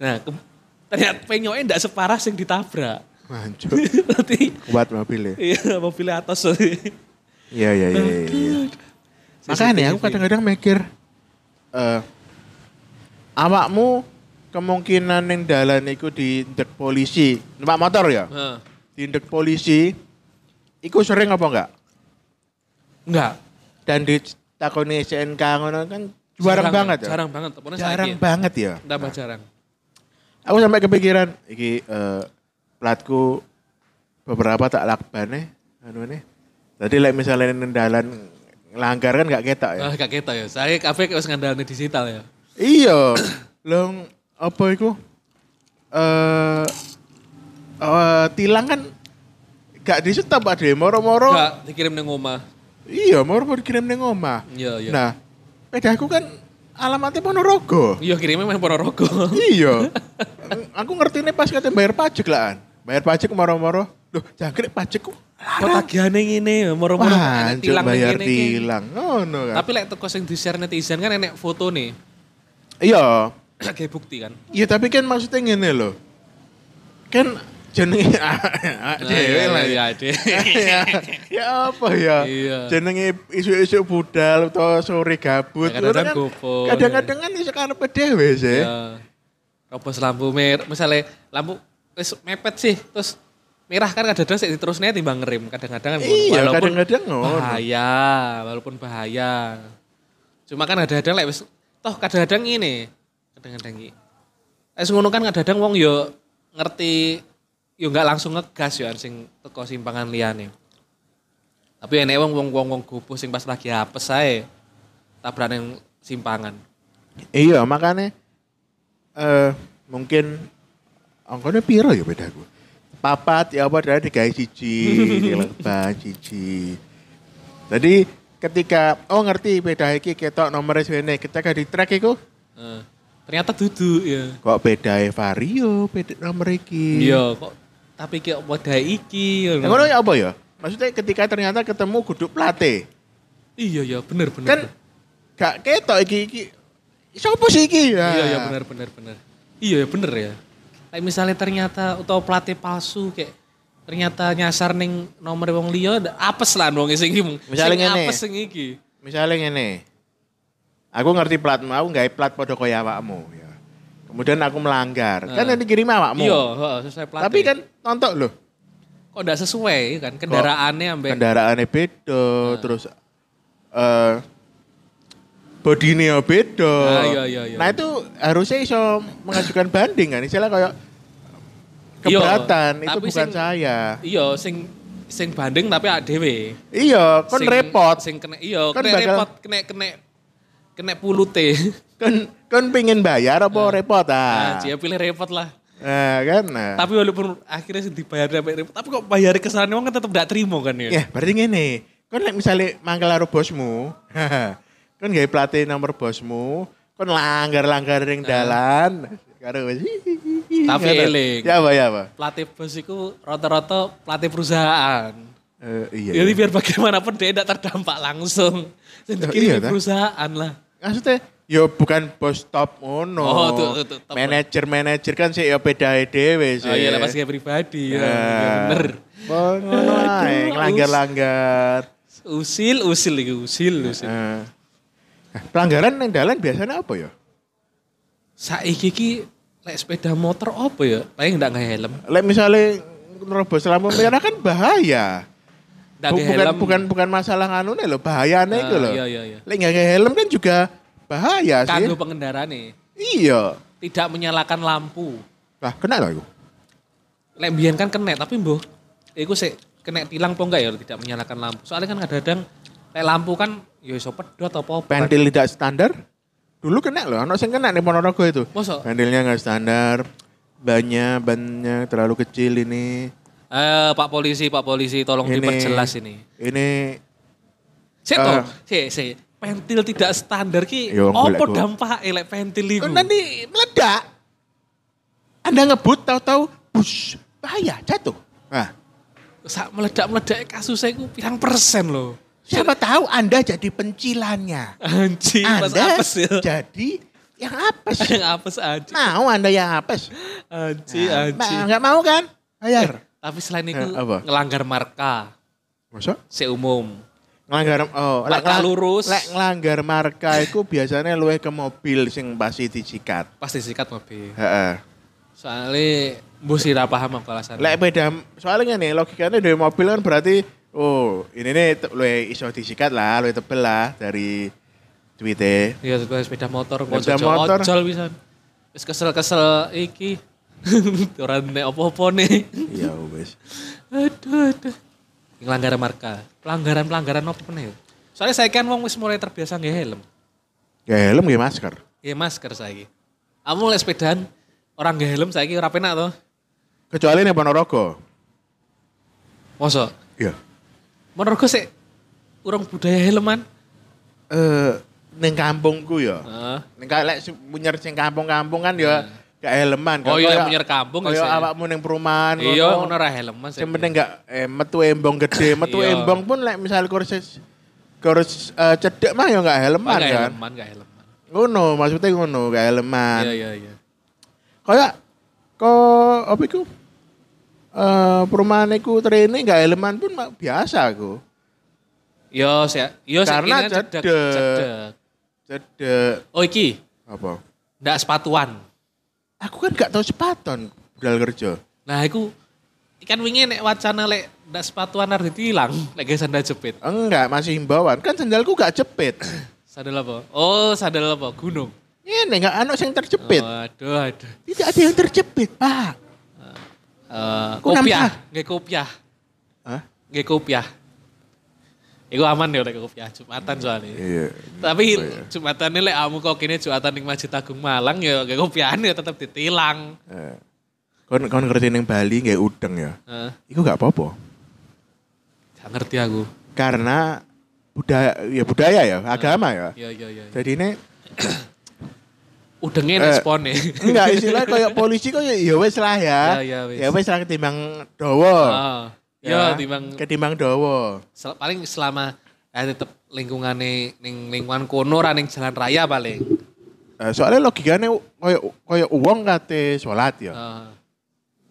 Nah, ke- ternyata penyoke ndak separah sing ditabrak.
Hancur.
Berarti
Kuat mobilnya.
iya mobilnya atas.
Iya, iya, iya, iya, iya. Makanya aku kadang-kadang mikir eh awakmu kemungkinan yang dalan iku diindek polisi, numpak motor ya?
Heeh.
Diindek polisi iku sering apa enggak?
Enggak.
Dan ditakoni SNK ngono kan jarang banget ya.
Jarang banget. Pokoknya
Jarang
saiki.
banget ya.
Tambah jarang.
Aku sampai kepikiran iki eh, platku beberapa tak lakbane anu nih. Tadi like misalnya yang dalan langgar kan gak ketok ya.
Ah, gak ketok ya. Saya kafe wis ngandalne digital ya.
Iya. Long apa iku? Eh eh, tilang kan gak disetop Pak Dek, moro-moro.
Enggak dikirim ning omah.
Iya, moro-moro dikirim ning omah.
Iya, iya.
Nah, pedaku kan alamatnya Ponorogo.
Iya kirimnya main Ponorogo.
iya. Aku ngerti nih pas katanya bayar pajak lah. An. Bayar pajak moro-moro. Loh, jangkrik pajakku.
Ketagihannya ngene, moro-moro
Wah,
anak
anjir
kan tilang ning
bayar
ngene iki.
tilang. Ngono kan.
Tapi lek teko sing di-share netizen kan enek foto nih.
iya,
Kayak bukti kan.
Iya tapi kan maksudnya ngene loh. Kan jenenge awak
Nah,
dhewe
iya,
lah.
iya,
Ya
iya,
Ya, ya apa ya?
Iya.
Jenenge isu-isu budal atau sore gabut.
Ya, kadang-kadang
Ngono
gopo.
kan, kadang-kadang kan iso karepe dhewe sih.
Ya. Robos lampu merah, misalnya lampu wis mepet sih, terus merah kan kadang-kadang sih diterusnya timbang ngerem kadang-kadang kan ngono.
Iya, kadang-kadang ngono.
bahaya walaupun bahaya cuma kan kadang-kadang lek wis toh kadang-kadang ini kadang-kadang iki wis ngono kan kadang-kadang wong yo ngerti yo nggak langsung ngegas yo kan sing teko simpangan liyane tapi enek wong wong wong wong gubuh sing pas lagi apes ae tabrak ning simpangan
Iya, makanya eh mungkin angkanya piro ya beda gue. Papat ya apa dari tiga siji, dilepas siji. Jadi ketika oh ngerti beda iki ketok nomor SWN ketika di track iku
Eh, ternyata duduk ya
kok beda vario beda nomor iki.
iya kok tapi kayak wadah iki
Yang Hmm. ngono ya apa ya? Maksudnya ketika ternyata ketemu guduk plate.
iya iya bener bener
Kan gak ketok iki iki. Sopo sih iki? Ya.
Iya, iya benar benar benar. Iya, ya benar ya. Kayak misalnya ternyata atau pelatih palsu kayak ternyata nyasar ning nomor wong liya nda- apes lah wong sing iki.
Misalnya
Sing
ngene.
apes sing iki.
Misalnya ngene. Aku ngerti platmu, aku nggak plat podo kaya awakmu. Ya. Kemudian aku melanggar. Kan
Eh.
yang dikirim awakmu.
Iya, heeh, sesuai pelatih.
Tapi kan nonton loh.
kok ndak sesuai kan kendaraannya ambek
Kendaraannya
Hmm.
beda, terus eh bodinya beda.
Ah, iya, iya, iya.
Nah itu harusnya iso mengajukan banding kan. Istilah kayak keberatan,
Iya,
itu
tapi
bukan
sing-
saya.
Iya, sing sing banding tapi awake dhewe.
Iya, kan
Sing-
repot.
Sing kena iya,
Kan
kena
bakal-
repot, kena kena kena pulute.
Kan kan pengen bayar apa repot
Nah,
ah.
dia pilih repot lah.
Nah, kan. Nah.
Tapi walaupun akhirnya sih dibayar sampai repot, tapi kok bayar kesalahan wong kan tetep ndak terima kan ya.
Ya, berarti ngene. Kon lek misale mangkel karo bosmu, kon gawe plate nomor bosmu, kon langgar-langgar ring dalan, Karo wis.
Tapi
Karo.
eling.
Ya apa ya apa?
Pelatih bos itu rata-rata pelatih perusahaan.
Eh, iya.
Jadi
iya.
biar bagaimanapun dia tidak terdampak langsung. Jadi
Oh, iya,
dikirim
ta?
perusahaan lah.
iya. Maksudnya yo bukan bos top ono.
Oh, tuh, tuh, tuh, top.
Manajer-manajer kan sih yo bedae dhewe sih.
Oh iya lah pas kayak pribadi. Ya. Iya,
Ya.
Bener.
Oh, ngono ae,
Aduh,
langgar-langgar.
Usil, usil lagi, usil, usil.
Eh. Nah, Pelanggaran yang dalan biasanya apa ya?
Saiki ki lek sepeda motor apa ya? Paling ndak nggak helm.
Lek misalnya nerobos lampu merah kan bahaya.
Ndak
Bu-
nggak
bukan,
helm.
bukan bukan masalah nganu nih loh, bahayane
Ah,
itu loh.
iya, iya, iya.
Lek nggak nggak helm kan juga bahaya sih.
kanggo pengendara nih.
Iya.
Tidak menyalakan lampu.
Lah, kena loh itu.
Lek mbiyen kan kena tapi mbah iku sik kena tilang apa enggak ya tidak menyalakan lampu. Soalnya kan kadang-kadang lek lampu kan ya iso pedot apa apa.
Pentil tidak standar. Dulu kena loh, anak yang kena nih Ponorogo itu.
Masa?
Pentilnya nggak standar. Bannya, bannya terlalu kecil ini.
Eh Pak polisi, Pak polisi tolong diperjelas ini.
Ini
Sik toh,
Eh.
sik sik. Pentil tidak standar ki
Ya, wong
apa
golek-golek.
dampak lek pentil iku?
kan nanti meledak. Anda ngebut tahu-tahu bus bahaya jatuh. Nah,
Sak meledak-meledak kasusnya iku pirang persen loh.
siapa tahu Anda jadi pencilannya.
Anjing, pas
Anda
apes ya.
jadi yang apes.
Yang apes anjing.
mau Anda yang apes.
Iya, Anjing,
Nah,
anjing.
Enggak mau kan? Bayar.
Tapi selain itu
Eh, apa?
ngelanggar marka
Masa?
seumum.
Ngelanggar oh,
Marka
ngelang-
lurus.
Lek ngelanggar marka iku biasanya luwih ke mobil sing pasti dicikat.
Pasti sikat mobil.
Heeh.
Soalnya mbok sih ora paham apa alasannya.
Lek beda soalnya nih logikanya dari mobil kan berarti oh ini nih te- luwih iso disikat lah, luwih tebel lah dari duite.
Iya, sepeda sepeda motor,
Sepeda
sepeda motor.
motor.
Ojol bisa. Wis kesel-kesel iki. Ora nek apa-apa nih.
Iya wis.
aduh, aduh. Pelanggaran marka. Pelanggaran-pelanggaran apa nih? Soalnya saya kan wong wis mulai terbiasa nggak helm.
Ya helm nggih masker.
Ya masker saya. Kamu mulai sepedaan, orang nggak helm saya ora penak to.
Kecuali nih Ponorogo.
Mosok.
Iya.
Menurutku sih urung budaya helman.
Eh ning kampungku ya.
Heeh.
Ning ka- lek si- munyer sing kampung-kampung kan ya gak helman.
Oh iya,
Kayak-
munyer kampung
Kayak
biasanya.
awakmu ning perumahan
Iya,
Kan ngono.
ngono ora helman
Sing penting gak eh, metu embong gede, metu
Iya.
embong pun lek misal kursus kursus eh, cedek mah ya gak helman
Nggak
kan.
helman, nggak helman.
Ngono, maksudnya ngono gak helman.
Iya, iya, iya.
Kayak kok apa iku? Eh perumahan iku training gak helman pun mah biasa aku.
Yo, saya, yo saya
Karena
kira cedek,
cedek.
cedek.
Cedek
Oh iki,
apa?
ndak sepatuan.
Aku kan gak tau sepaton budal kerja.
Nah, iku ikan wingi nek wacana lek ndak sepatuan arep ditilang, lek ge sandal jepit.
Enggak, masih himbauan. Kan sendalku gak jepit.
Sandal apa? Oh, sandal apa? Gunung.
Ini gak anak yang terjepit.
Oh, aduh, aduh.
Tidak ada yang terjepit, Ah. Pak.
Eh,
Ku nampak.
kopiah, nggih kopiah,
Hah?
nggih kopiah. Iku aman ya lek kopiah Jumatan soalnya.
Iya.
Tapi Jumatannya lek amu kok kene Jumatan ning Masjid Agung Malang ya nggih kopiahan ya tetep ditilang.
Eh. Kon kon ngerti ning Bali nggak udeng ya.
Heeh,
Iku gak apa-apa.
gak Eh, ngerti aku.
Karena budaya ya budaya ya, agama ya.
Hmm. Iya, iya, iya.
Jadi ini
Udenge
Eh,
nek spone.
enggak istilahnya kayak polisi kok ya ya wes lah
Ya,
ya.
ya, wes.
Ya wes lah ketimbang dowo.
Ah, ya, timbang
ketimbang dowo.
sel- paling selama ya tetep lingkungane ning lingkungan kono ra ning jalan raya paling.
Eh, soalnya logikanya kayak kayak uang kate sholat ya.
Ah,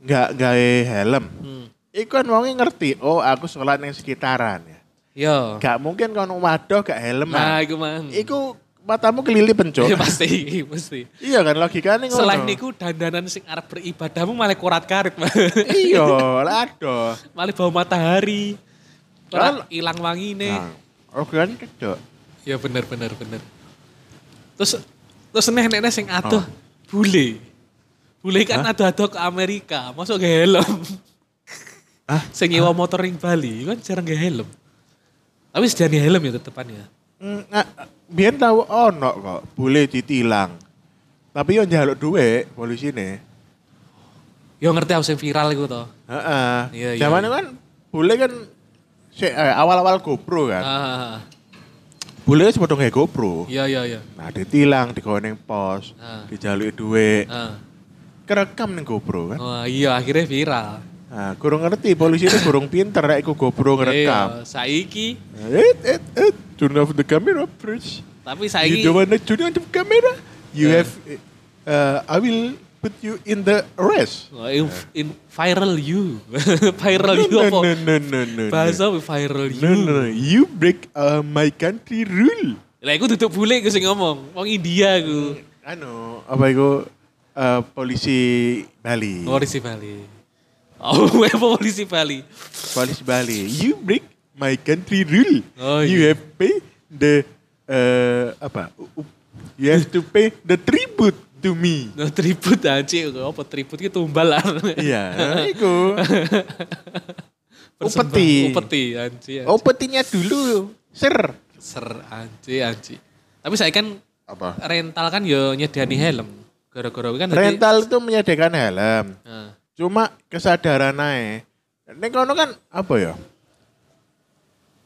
Enggak gawe helm.
hmm.
Iku kan wonge ngerti, oh aku sholat ning sekitaran ya.
Yo.
Gak mungkin kon wadah gak
Nah,
helman.
iku mang.
Iku matamu kelilipan, Cok.
Ya, pasti, mesti.
iya kan logikane ngono.
Selain niku dandanan sing arep beribadahmu malah korat karit. Mang.
Iya, lah aduh.
malah bau matahari. Malah ilang wangine.
Nah, logikane cedok.
Ya bener bener bener. Terus terus nenek-nenek sing
Oh.
adoh bule. Bule kan adoh-adoh ke Amerika, masuk ke helm.
Hah?
Sing nyewa motor ring Bali, kan jarang ke helm. Tapi sejani helm ya tetepan ya.
Mm, nah, biyen tau ono kok, boleh ditilang. Tapi yo njaluk dhuwit polisine.
Yo ngerti aku sing viral iku to.
Heeh.
Iya, iya,
Zaman kan boleh kan sik, eh, awal-awal GoPro kan.
Ah,
Boleh wis padha nggae GoPro.
iya iya iya.
Nah, ditilang digoneng pos,
Ah.
dijaluki dhuwit.
Ah.
kerekam nih GoPro kan.
Wah, iya akhirnya viral.
Nah, kurang ngerti polisi itu kurang pinter rek iku GoPro
Iya,
ngerekam.
saiki
Eh, eh, eh, turn off the camera first.
tapi
You
saiki Eh.
don't wanna turn on the camera. You
Yeah.
have, uh, I will put you in the arrest.
Wah, in, in viral you. viral you
no,
apa?
no, no, no, no, no.
Bahasa apa viral you.
No, no, no. You break uh, my country rule.
Lah iku duduk bule iku sing ngomong. Wong India iku.
Anu, apa itu? Uh, polisi Bali.
Polisi Bali. Oh, apa polisi Bali?
Polisi Bali. You break my country rule.
Oh,
you
iya.
have pay the uh, apa? U- u- You have to pay the tribute to me.
No tribut aja, apa tribut itu tumbal lah.
Iya, itu.
Persembahan-
Upeti.
Upeti, anji, anji.
Oh, petinya dulu, sir.
Ser, anji, anji. Tapi saya kan
Apa?
rental kan yo nyediani helm. Gara-gara kan jadi-
Rental itu menyediakan helm.
Nah,
Cuma kesadaran aja. Ini kono kan apa ya?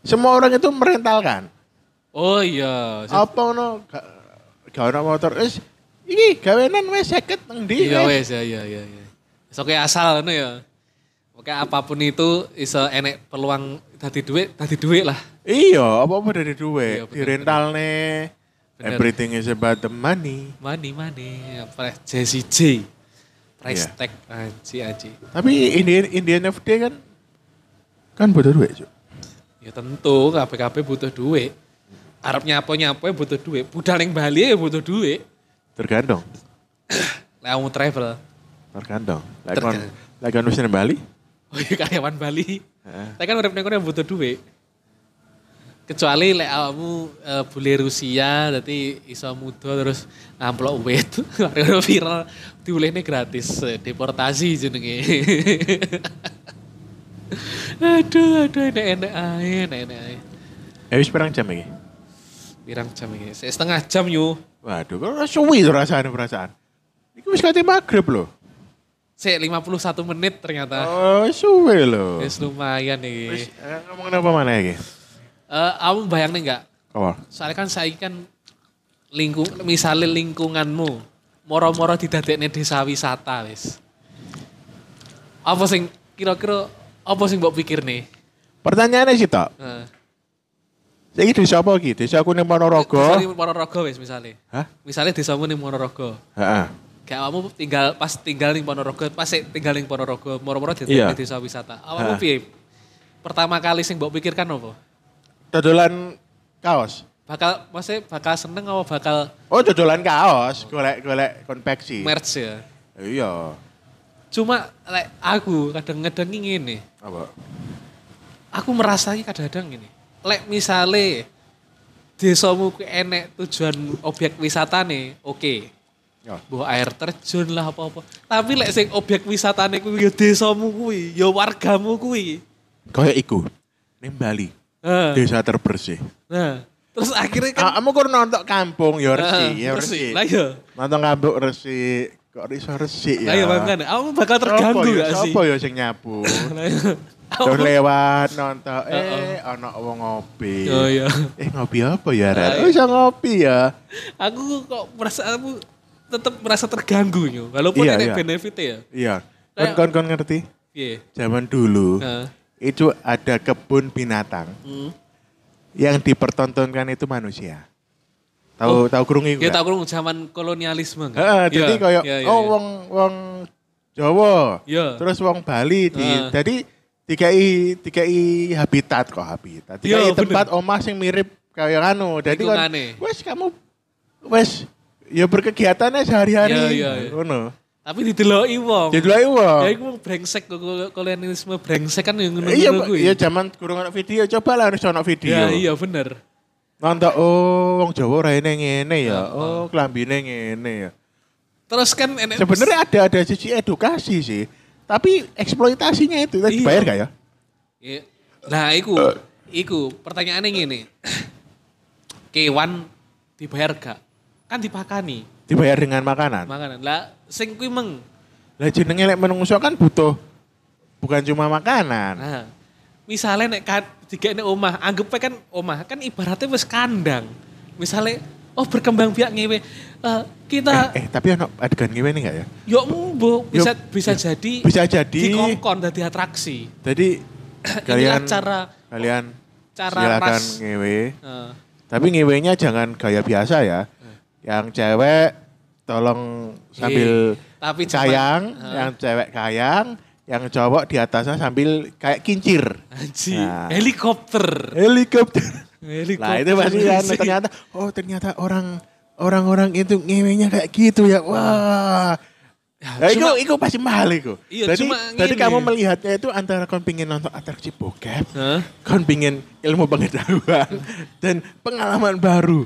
Semua orang itu merentalkan.
Oh iya.
Apa ono gak gak ono motor wis iki gawenan wis 50 nang ndi?
Iya wes
wis.
ya iya iya iya. Soke asal ngono ya. Oke apapun itu iso enek peluang tadi duit, tadi duit lah.
Iya, apa-apa dari
Iya,
duit.
bener,
Direntalne.
Bener.
Everything is about the money.
Mani mani price JCJ. Price
Iya.
tag anji anji.
Tapi Indian Indian FD kan kan butuh duit, Cuk.
Ya tentu KPKP butuh duit. Arab nyapo nyapo butuh duit. Budal yang Bali ya butuh duit.
Tergantung.
Lah mau travel.
Tergantung. Lek kon
Tergantung.
lek kon wis nang Bali. eh,
Oh iya karyawan Bali.
Heeh.
Tapi kan urip ning kono yang butuh duit. Kecuali lek awakmu eh, bule Rusia dadi iso muda terus amplop wit. Ora viral diulehne gratis Eh, deportasi jenenge. aduh aduh enak-enak ae enak-enak ae.
Eh wis perang jam iki.
Pirang jam iki? Se- Setengah jam yo.
Waduh, kok suwi tuh rasanya perasaan. Ini wis kate maghrib loh.
Sik 51 menit ternyata.
Oh, suwe loh.
Ah. Wis lumayan iki.
Wis, eh, ngomongin apa mana iki?
Eh, kamu bayangne enggak
Apa?
soalnya kan saya kan lingkung misalnya lingkunganmu moro-moro didadekne desa wisata wis apa sing kira-kira apa sing mbok pikir nih
Pertanyaannya sih tak.
Heeh.
Saiki desa apa iki? Desa aku ning Ponorogo.
Misalnya Ponorogo wis misalnya
Hah?
misalnya desamu ning Ponorogo
Heeh.
kayak awakmu tinggal pas tinggal ning Ponorogo pas sik tinggal ning Ponorogo moro-moro
Iya.
didadekne desa wisata awakmu
Ha.
piye pertama kali sing mbok pikirkan apa
Dodolan kaos.
bakal maksudnya bakal seneng apa bakal
Oh, dodolan kaos, golek-golek konveksi.
merch ya
Iya.
cuma like, aku kadang-kadang ngene
Apa?
aku merasanya kadang-kadang gini. Lek misale desamu ku enek tujuan objek wisata nih, oke.
Ya.
Mbok air terjun lah apa-apa. Tapi lek sing objek wisatane kuwi ya desamu kuwi, ya wargamu kuwi.
Kayak iku. Ning Bali,
Heeh.
desa terbersih.
Nah, terus akhirnya kan
Ah, kamu kur nonton kampung
Heeh,
ya resik, ya
resik.
resik.
Lah iya.
Nonton kampung resik, kok iso resik ya.
Lah ya makane, aku bakal terganggu gak sih?
Sopo ya sing nyapu?
Lah iya.
Terus lewat nonton,
Heeh.
eh ana wong ngopi.
Oh iya.
Eh ngopi apa
Ah,
ya, Ren?
iya.
Oh, iso ngopi ya.
Aku kok merasa aku tetap merasa terganggu yo, walaupun
Iya,
enek
iya.
benefit ya.
Iya.
Kayak-
Kon-kon ngerti?
Piye?
Zaman dulu,
Heeh.
itu ada kebun binatang
Hmm.
yang dipertontonkan itu manusia. Tahu tahu kurung iku?
Ya
nggak?
tak kurung zaman kolonialisme kan.
Iya. Heeh, jadi kayak oh
wong
wong wong Jawa,
Iya.
terus wong Bali di
Heeh.
jadi dikai dikai habitat kok habitat. Dikai
Iya,
tempat omah sing mirip kayak anu. Jadi kan
Lingkungane.
wes kamu wes ya berkegiatannya sehari-hari.
Iya, iya, iya.
Ngono.
tapi dideloki wong.
Jadi iya, lagi wong.
Ya iku wong brengsek kok kok- kolonialisme brengsek kan yang ngono
Iya,
ngono kuwi.
iya zaman kurang ono video, coba lah harus ono video.
Ya iya bener.
Nonton, oh wong Jawa raine ngene ya, oh klambine ngene ya.
Terus kan enek
Sebenarnya ada ada sisi edukasi sih, tapi eksploitasinya itu tadi
Iya.
bayar gak ya?
Ya, Nah, iku
Eh.
iku pertanyaannya ngene. Kewan dibayar gak? Kan dipakani
Dibayar dengan makanan.
makanan. Lah sing kuwi meng.
Lah jenenge lek menungso kan butuh bukan cuma makanan.
Nah, misalnya nek kan tiga ini omah, anggapnya kan omah kan ibaratnya wes kandang. Misalnya, oh berkembang biak ngewe, eh, kita
Eh, tapi ono adegan gimana nih nggak ya?
yo embo, bisa
Yo,
bisa jadi
bisa jadi.
dikongkon dari atraksi.
Jadi kalian
cara-
kalian
cara
silakan
ras.
ngewe.
Eh,
Tapi ngewenya jangan gaya biasa ya. Yang cewek tolong sambil
Iya, tapi cuman-
kayang,
Hah.
yang cewek kayang, yang cowok di atasnya sambil kayak kincir.
Anji,
Nah.
helikopter.
Helikopter.
Helikopter.
Nah itu pasti kan
sih.
ternyata oh ternyata orang orang-orang itu ngewenya kayak gitu ya. Wah.
Ya,
Ya,
cuma-
itu, itu pasti mahal itu.
Iya,
jadi,
cuma
jadi
ngene.
kamu melihatnya itu antara kon pingin nonton atraksi bokep,
Hah?
kon pingin ilmu pengetahuan dan pengalaman baru.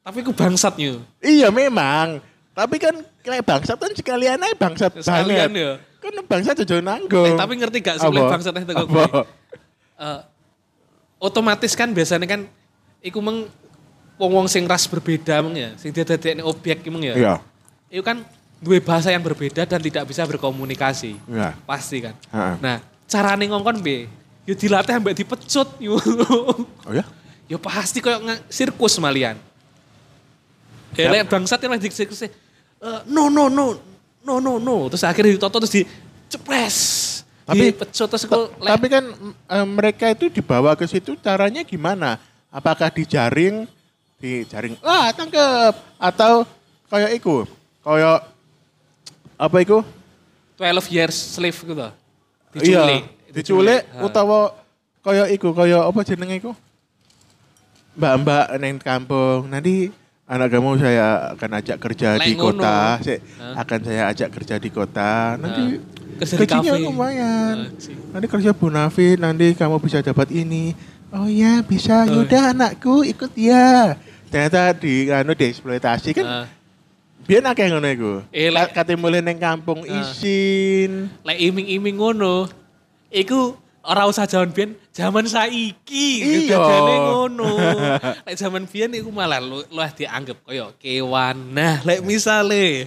tapi ku bangsat yo.
Iya memang. Tapi kan kayak bangsat kan sekalian aja bangsat
Sekalian
sekalian
ya.
banget. Kan bangsat jauh nanggung.
Eh, tapi ngerti gak sih oleh
Apa?
bangsat teh teko
Apa?
gue? Eh, otomatis kan biasanya kan iku meng wong-wong sing ras berbeda meng ya, sing dia objek meng ya.
Iya.
Itu kan dua bahasa yang berbeda dan tidak bisa berkomunikasi.
Iya.
Pasti kan.
Ha-ha.
Nah, carane ngongkon B, yo dilatih ambek dipecut yo.
Oh ya?
yo pasti koyo nge- sirkus malian. Elek bangsat yang di sirkus eh, no no no no no no terus akhirnya ditoto terus dicepres.
Tapi-
dipecut terus
Ta-
aku lek-
Tapi kan mm, eh, mereka itu dibawa ke situ caranya gimana? Apakah dijaring, dijaring, wah "Ah, tangkep, atau kayak iku, kayak apa iku?
12 years slave gitu.
Iya, diculik, utawa kayak iku, kayak apa jenenge iku? Mbak-mbak neng kampung, nanti anak kamu saya akan ajak kerja
Lek
di
ngono.
kota, Sik,
Hah?
akan saya ajak kerja di kota, nanti
Kerja di
gajinya
kafe.
lumayan.
Anjing.
Nanti kerja Bonafit, nanti kamu bisa dapat ini. Oh iya, bisa.
Oh.
Yaudah anakku ikut ya. Ternyata di anu dieksploitasi
Nah,
kan. Biar akeh ngono iku.
Eh, lek-
Kate mulai neng kampung
Ah.
isin.
lek iming-iming ngono, iku ora usah jaman biyen, jaman saiki
Iya.
kejadiane ngono. lek jaman biyen iku malah lu, luwih dianggap koyo kewan. Nah, lek misale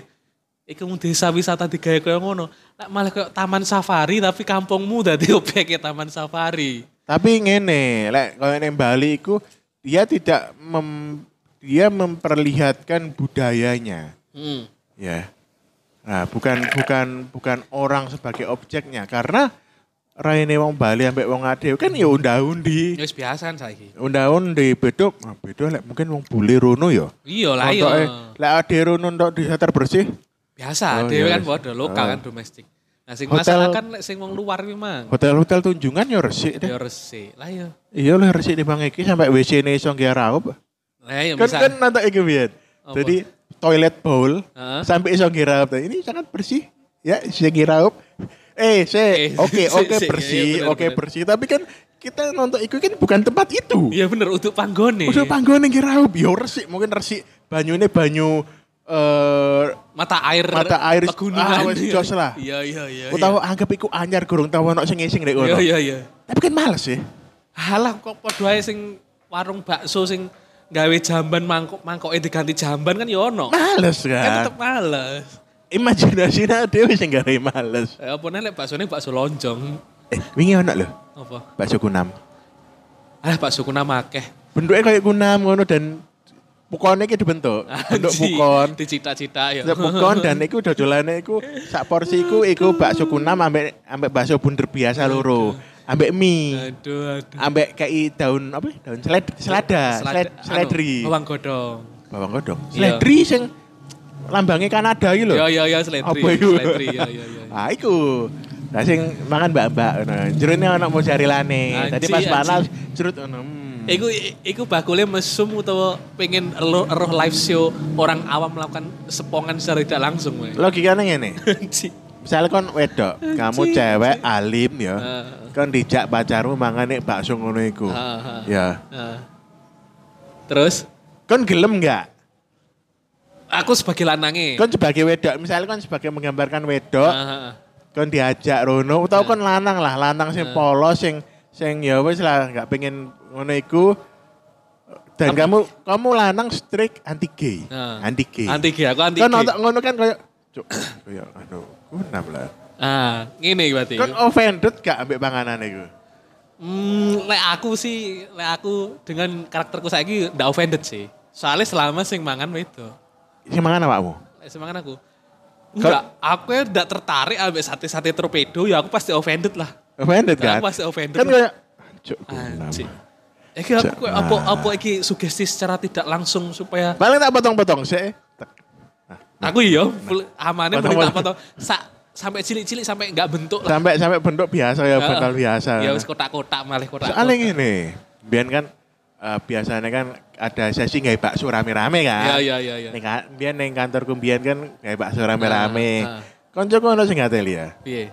iku mung desa wisata digawe koyo ngono, lek malah koyo taman safari tapi kampungmu dadi objeknya taman safari.
Tapi ngene, lek kalau neng Bali iku dia tidak mem- dia memperlihatkan budayanya.
Hmm.
Ya. Nah, bukan bukan bukan orang sebagai objeknya karena Raine wong Bali ambek wong Adew kan ya undang-undi.
Wis biasa kan saiki.
Undaun di beduk, ah, beduk lek mungkin wong bule rono ya.
Iya lah
Nontoke,
iya.
Lek ade rono ntok di setter bersih.
Biasa,
Oh,
dhewe
iya,
kan
wis.
padha lokal
Oh.
kan domestik. Nah sing
Hotel-
masalah kan lek sing wong luar kuwi mang.
Hotel-hotel tunjungan ya
Ya
resik deh.
resik. Lah ya.
Iya lah resik di Bang Iki sampai WC ne iso nggih raup.
Lah ya
Kan
bisa.
kan nanti iki biyen.
Apa?
Jadi toilet bowl
Heeh.
sampai iso nggih raup. Ini sangat bersih. Ya, iso nggih raup.
Eh,
Eh, se, oke,
sik,
oke
sik, iya,
bersih,
iya, bener,
oke
bener.
bersih. Tapi kan kita nonton iku kan bukan tempat itu.
Iya bener untuk panggone.
Udah panggonan kira raup, ya resik, mungkin resik. Banyune banyu eh
Mata air
Mata air-
pegunungan.
ah, wis jos lah.
Iya iya iya.
utawa anggap iku anyar gurung tau ono sing ngising nek
Iya
ngono.
iya iya.
Tapi kan males ya.
Halah kok padha ae sing warung bakso sing gawe jamban mangkok mangkoke diganti jamban kan ya ono.
Males
Kan
kan.
tetep males.
Imajinasi nek dhewe sing gawe males.
Ya apa nek baksone bakso lonjong.
Eh, wingi ono lho
Apa?
bakso kunam.
Alah bakso kuna makeh.
Bentuknya kayak kunam ngono dan pukonnya iki dibentuk. Bentuk
Anji,
pukon.
Dicita-cita ya.
Bentuk pukon dan iku dodolane iku sak porsi iku iku bakso kunam ambek ambek bakso bunder biasa loro. Ambek mie,
Aduh aduh.
ambek kei daun apa? Daun seled, selada, seled,
anu,
seledri.
Bawang godong.
Bawang godong.
Iya.
Seledri sing lambangnya Kanada iki lho.
Ya ya ya seledri.
Apa itu?
Seledri ya ya ya.
Ah, iku. Lah sing mangan mbak-mbak ngono. Jerone ono mozzarellane. Tadi
Anji,
pas
anji.
panas jerut ono. Hmm.
Iku iku bakule mesum utawa pengen elo- roh live show orang awam melakukan sepongan secara tidak langsung. weh.
Logikane ngene.
Anji.
Misalnya kon wedok, kamu cewek alim ya.
Ah.
Kon dijak pacarmu mangan nek bakso ngono iku.
Ah, ah.
Ya.
Nah. Terus
Kon gelem nggak?
aku sebagai lanange.
Kon sebagai wedok, misalnya kon sebagai menggambarkan wedok,
Ah, ah.
kon diajak rono utawa kon lanang lah, lanang sing polos sing sing ya wis lah nggak pengen ngono iku. Dan kamu kamu lanang strict anti gay.
Ah.
Anti gay.
Anti gay, aku anti
kan
gay.
nonton ngono kan kayak cuk kayak anu enam lah
Ah, ngene iki berarti.
kan offended gak ambek panganan itu
Hmm, lek aku sih, lek aku dengan karakterku saiki ndak offended sih. Soalnya selama sing mangan wedok.
Sing mangan awakmu?
Lek semangat aku.
Kan-
Enggak, aku ya enggak tertarik ambek sate-sate torpedo ya aku pasti offended lah.
Offended kan?
Aku pasti offended.
Kan kayak Cuk, gula,
Anjing.
Mak.
Iki aku kok apa
Jangan.
apa iki sugesti secara tidak langsung supaya
Paling tak potong-potong sih. Tek.
aku iya full- amane
Potong-
mending tak potong
potong.
Sa- sampai cilik-cilik sampai enggak bentuk lah.
Sampai sampai bentuk biasa ya,
Heeh.
bental biasa.
Ya wis kotak-kotak malah kotak.
Soalnya gini, biar kan eh, biasanya kan ada sesi nggak bakso rame-rame
Ya
kan.
ya ya ya.
Neng ka- biyen neng kantor kumbian kan nggak bakso rame-rame.
Nah, nah.
Konco kono sing ngateli ya.
Piye?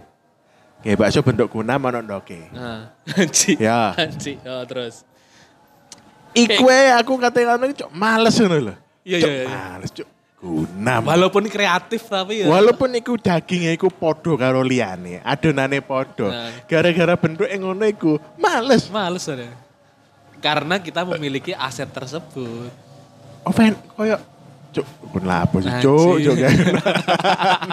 Nggak bakso bentuk kuna manok ndoke.
Nah, anjing.
Ya.
Anjing. Oh, terus.
Ikwe aku katanya ngono iki cok males ngono lho.
Iya,
Cok,
iya, iya.
Males cok. Guna. Mak.
Walaupun kreatif tapi ya.
Walaupun iku dagingnya iku podo karo liyane, adonane podo.
Nah.
Gara-gara bentuk ngono iku males.
Males ada. Karena kita memiliki aset tersebut.
Oven Oh, koyo cok pun lapo sih
Anjing.
cok cok kan.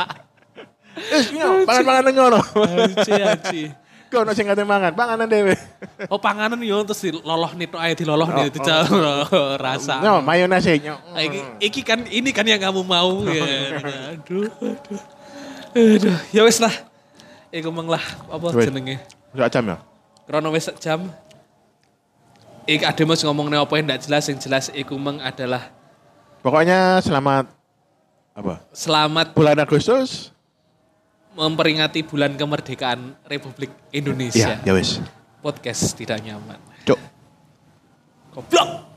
Wis yo pangan-pangan ngono.
Anji, anji.
Kono sing kate mangan, panganan dhewe.
Oh panganan yo terus diloloh nih aja diloloh
Oh,
nih dicampur rasa.
No, mayonese nyok.
Nah, Iki, iki kan ini kan yang kamu mau ya. Aduh, aduh. Aduh, ya wis lah. Iku meng lah apa
Wes.
jenenge?
Sak jam ya?
Krono wis sak jam. Ik ada mas ngomong apa yang tidak jelas, yang jelas iku meng adalah
Pokoknya selamat apa?
selamat
Bulan Agustus.
memperingati bulan kemerdekaan Republik Indonesia.
Iya, ya wis.
Podcast tidak nyaman.
Cuk.
Goblok.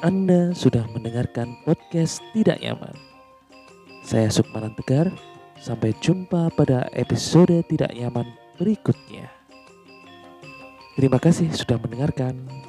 Anda sudah mendengarkan podcast Tidak Nyaman. Saya Sukmanan Tegar, sampai jumpa pada episode Tidak Nyaman berikutnya. Terima kasih sudah mendengarkan.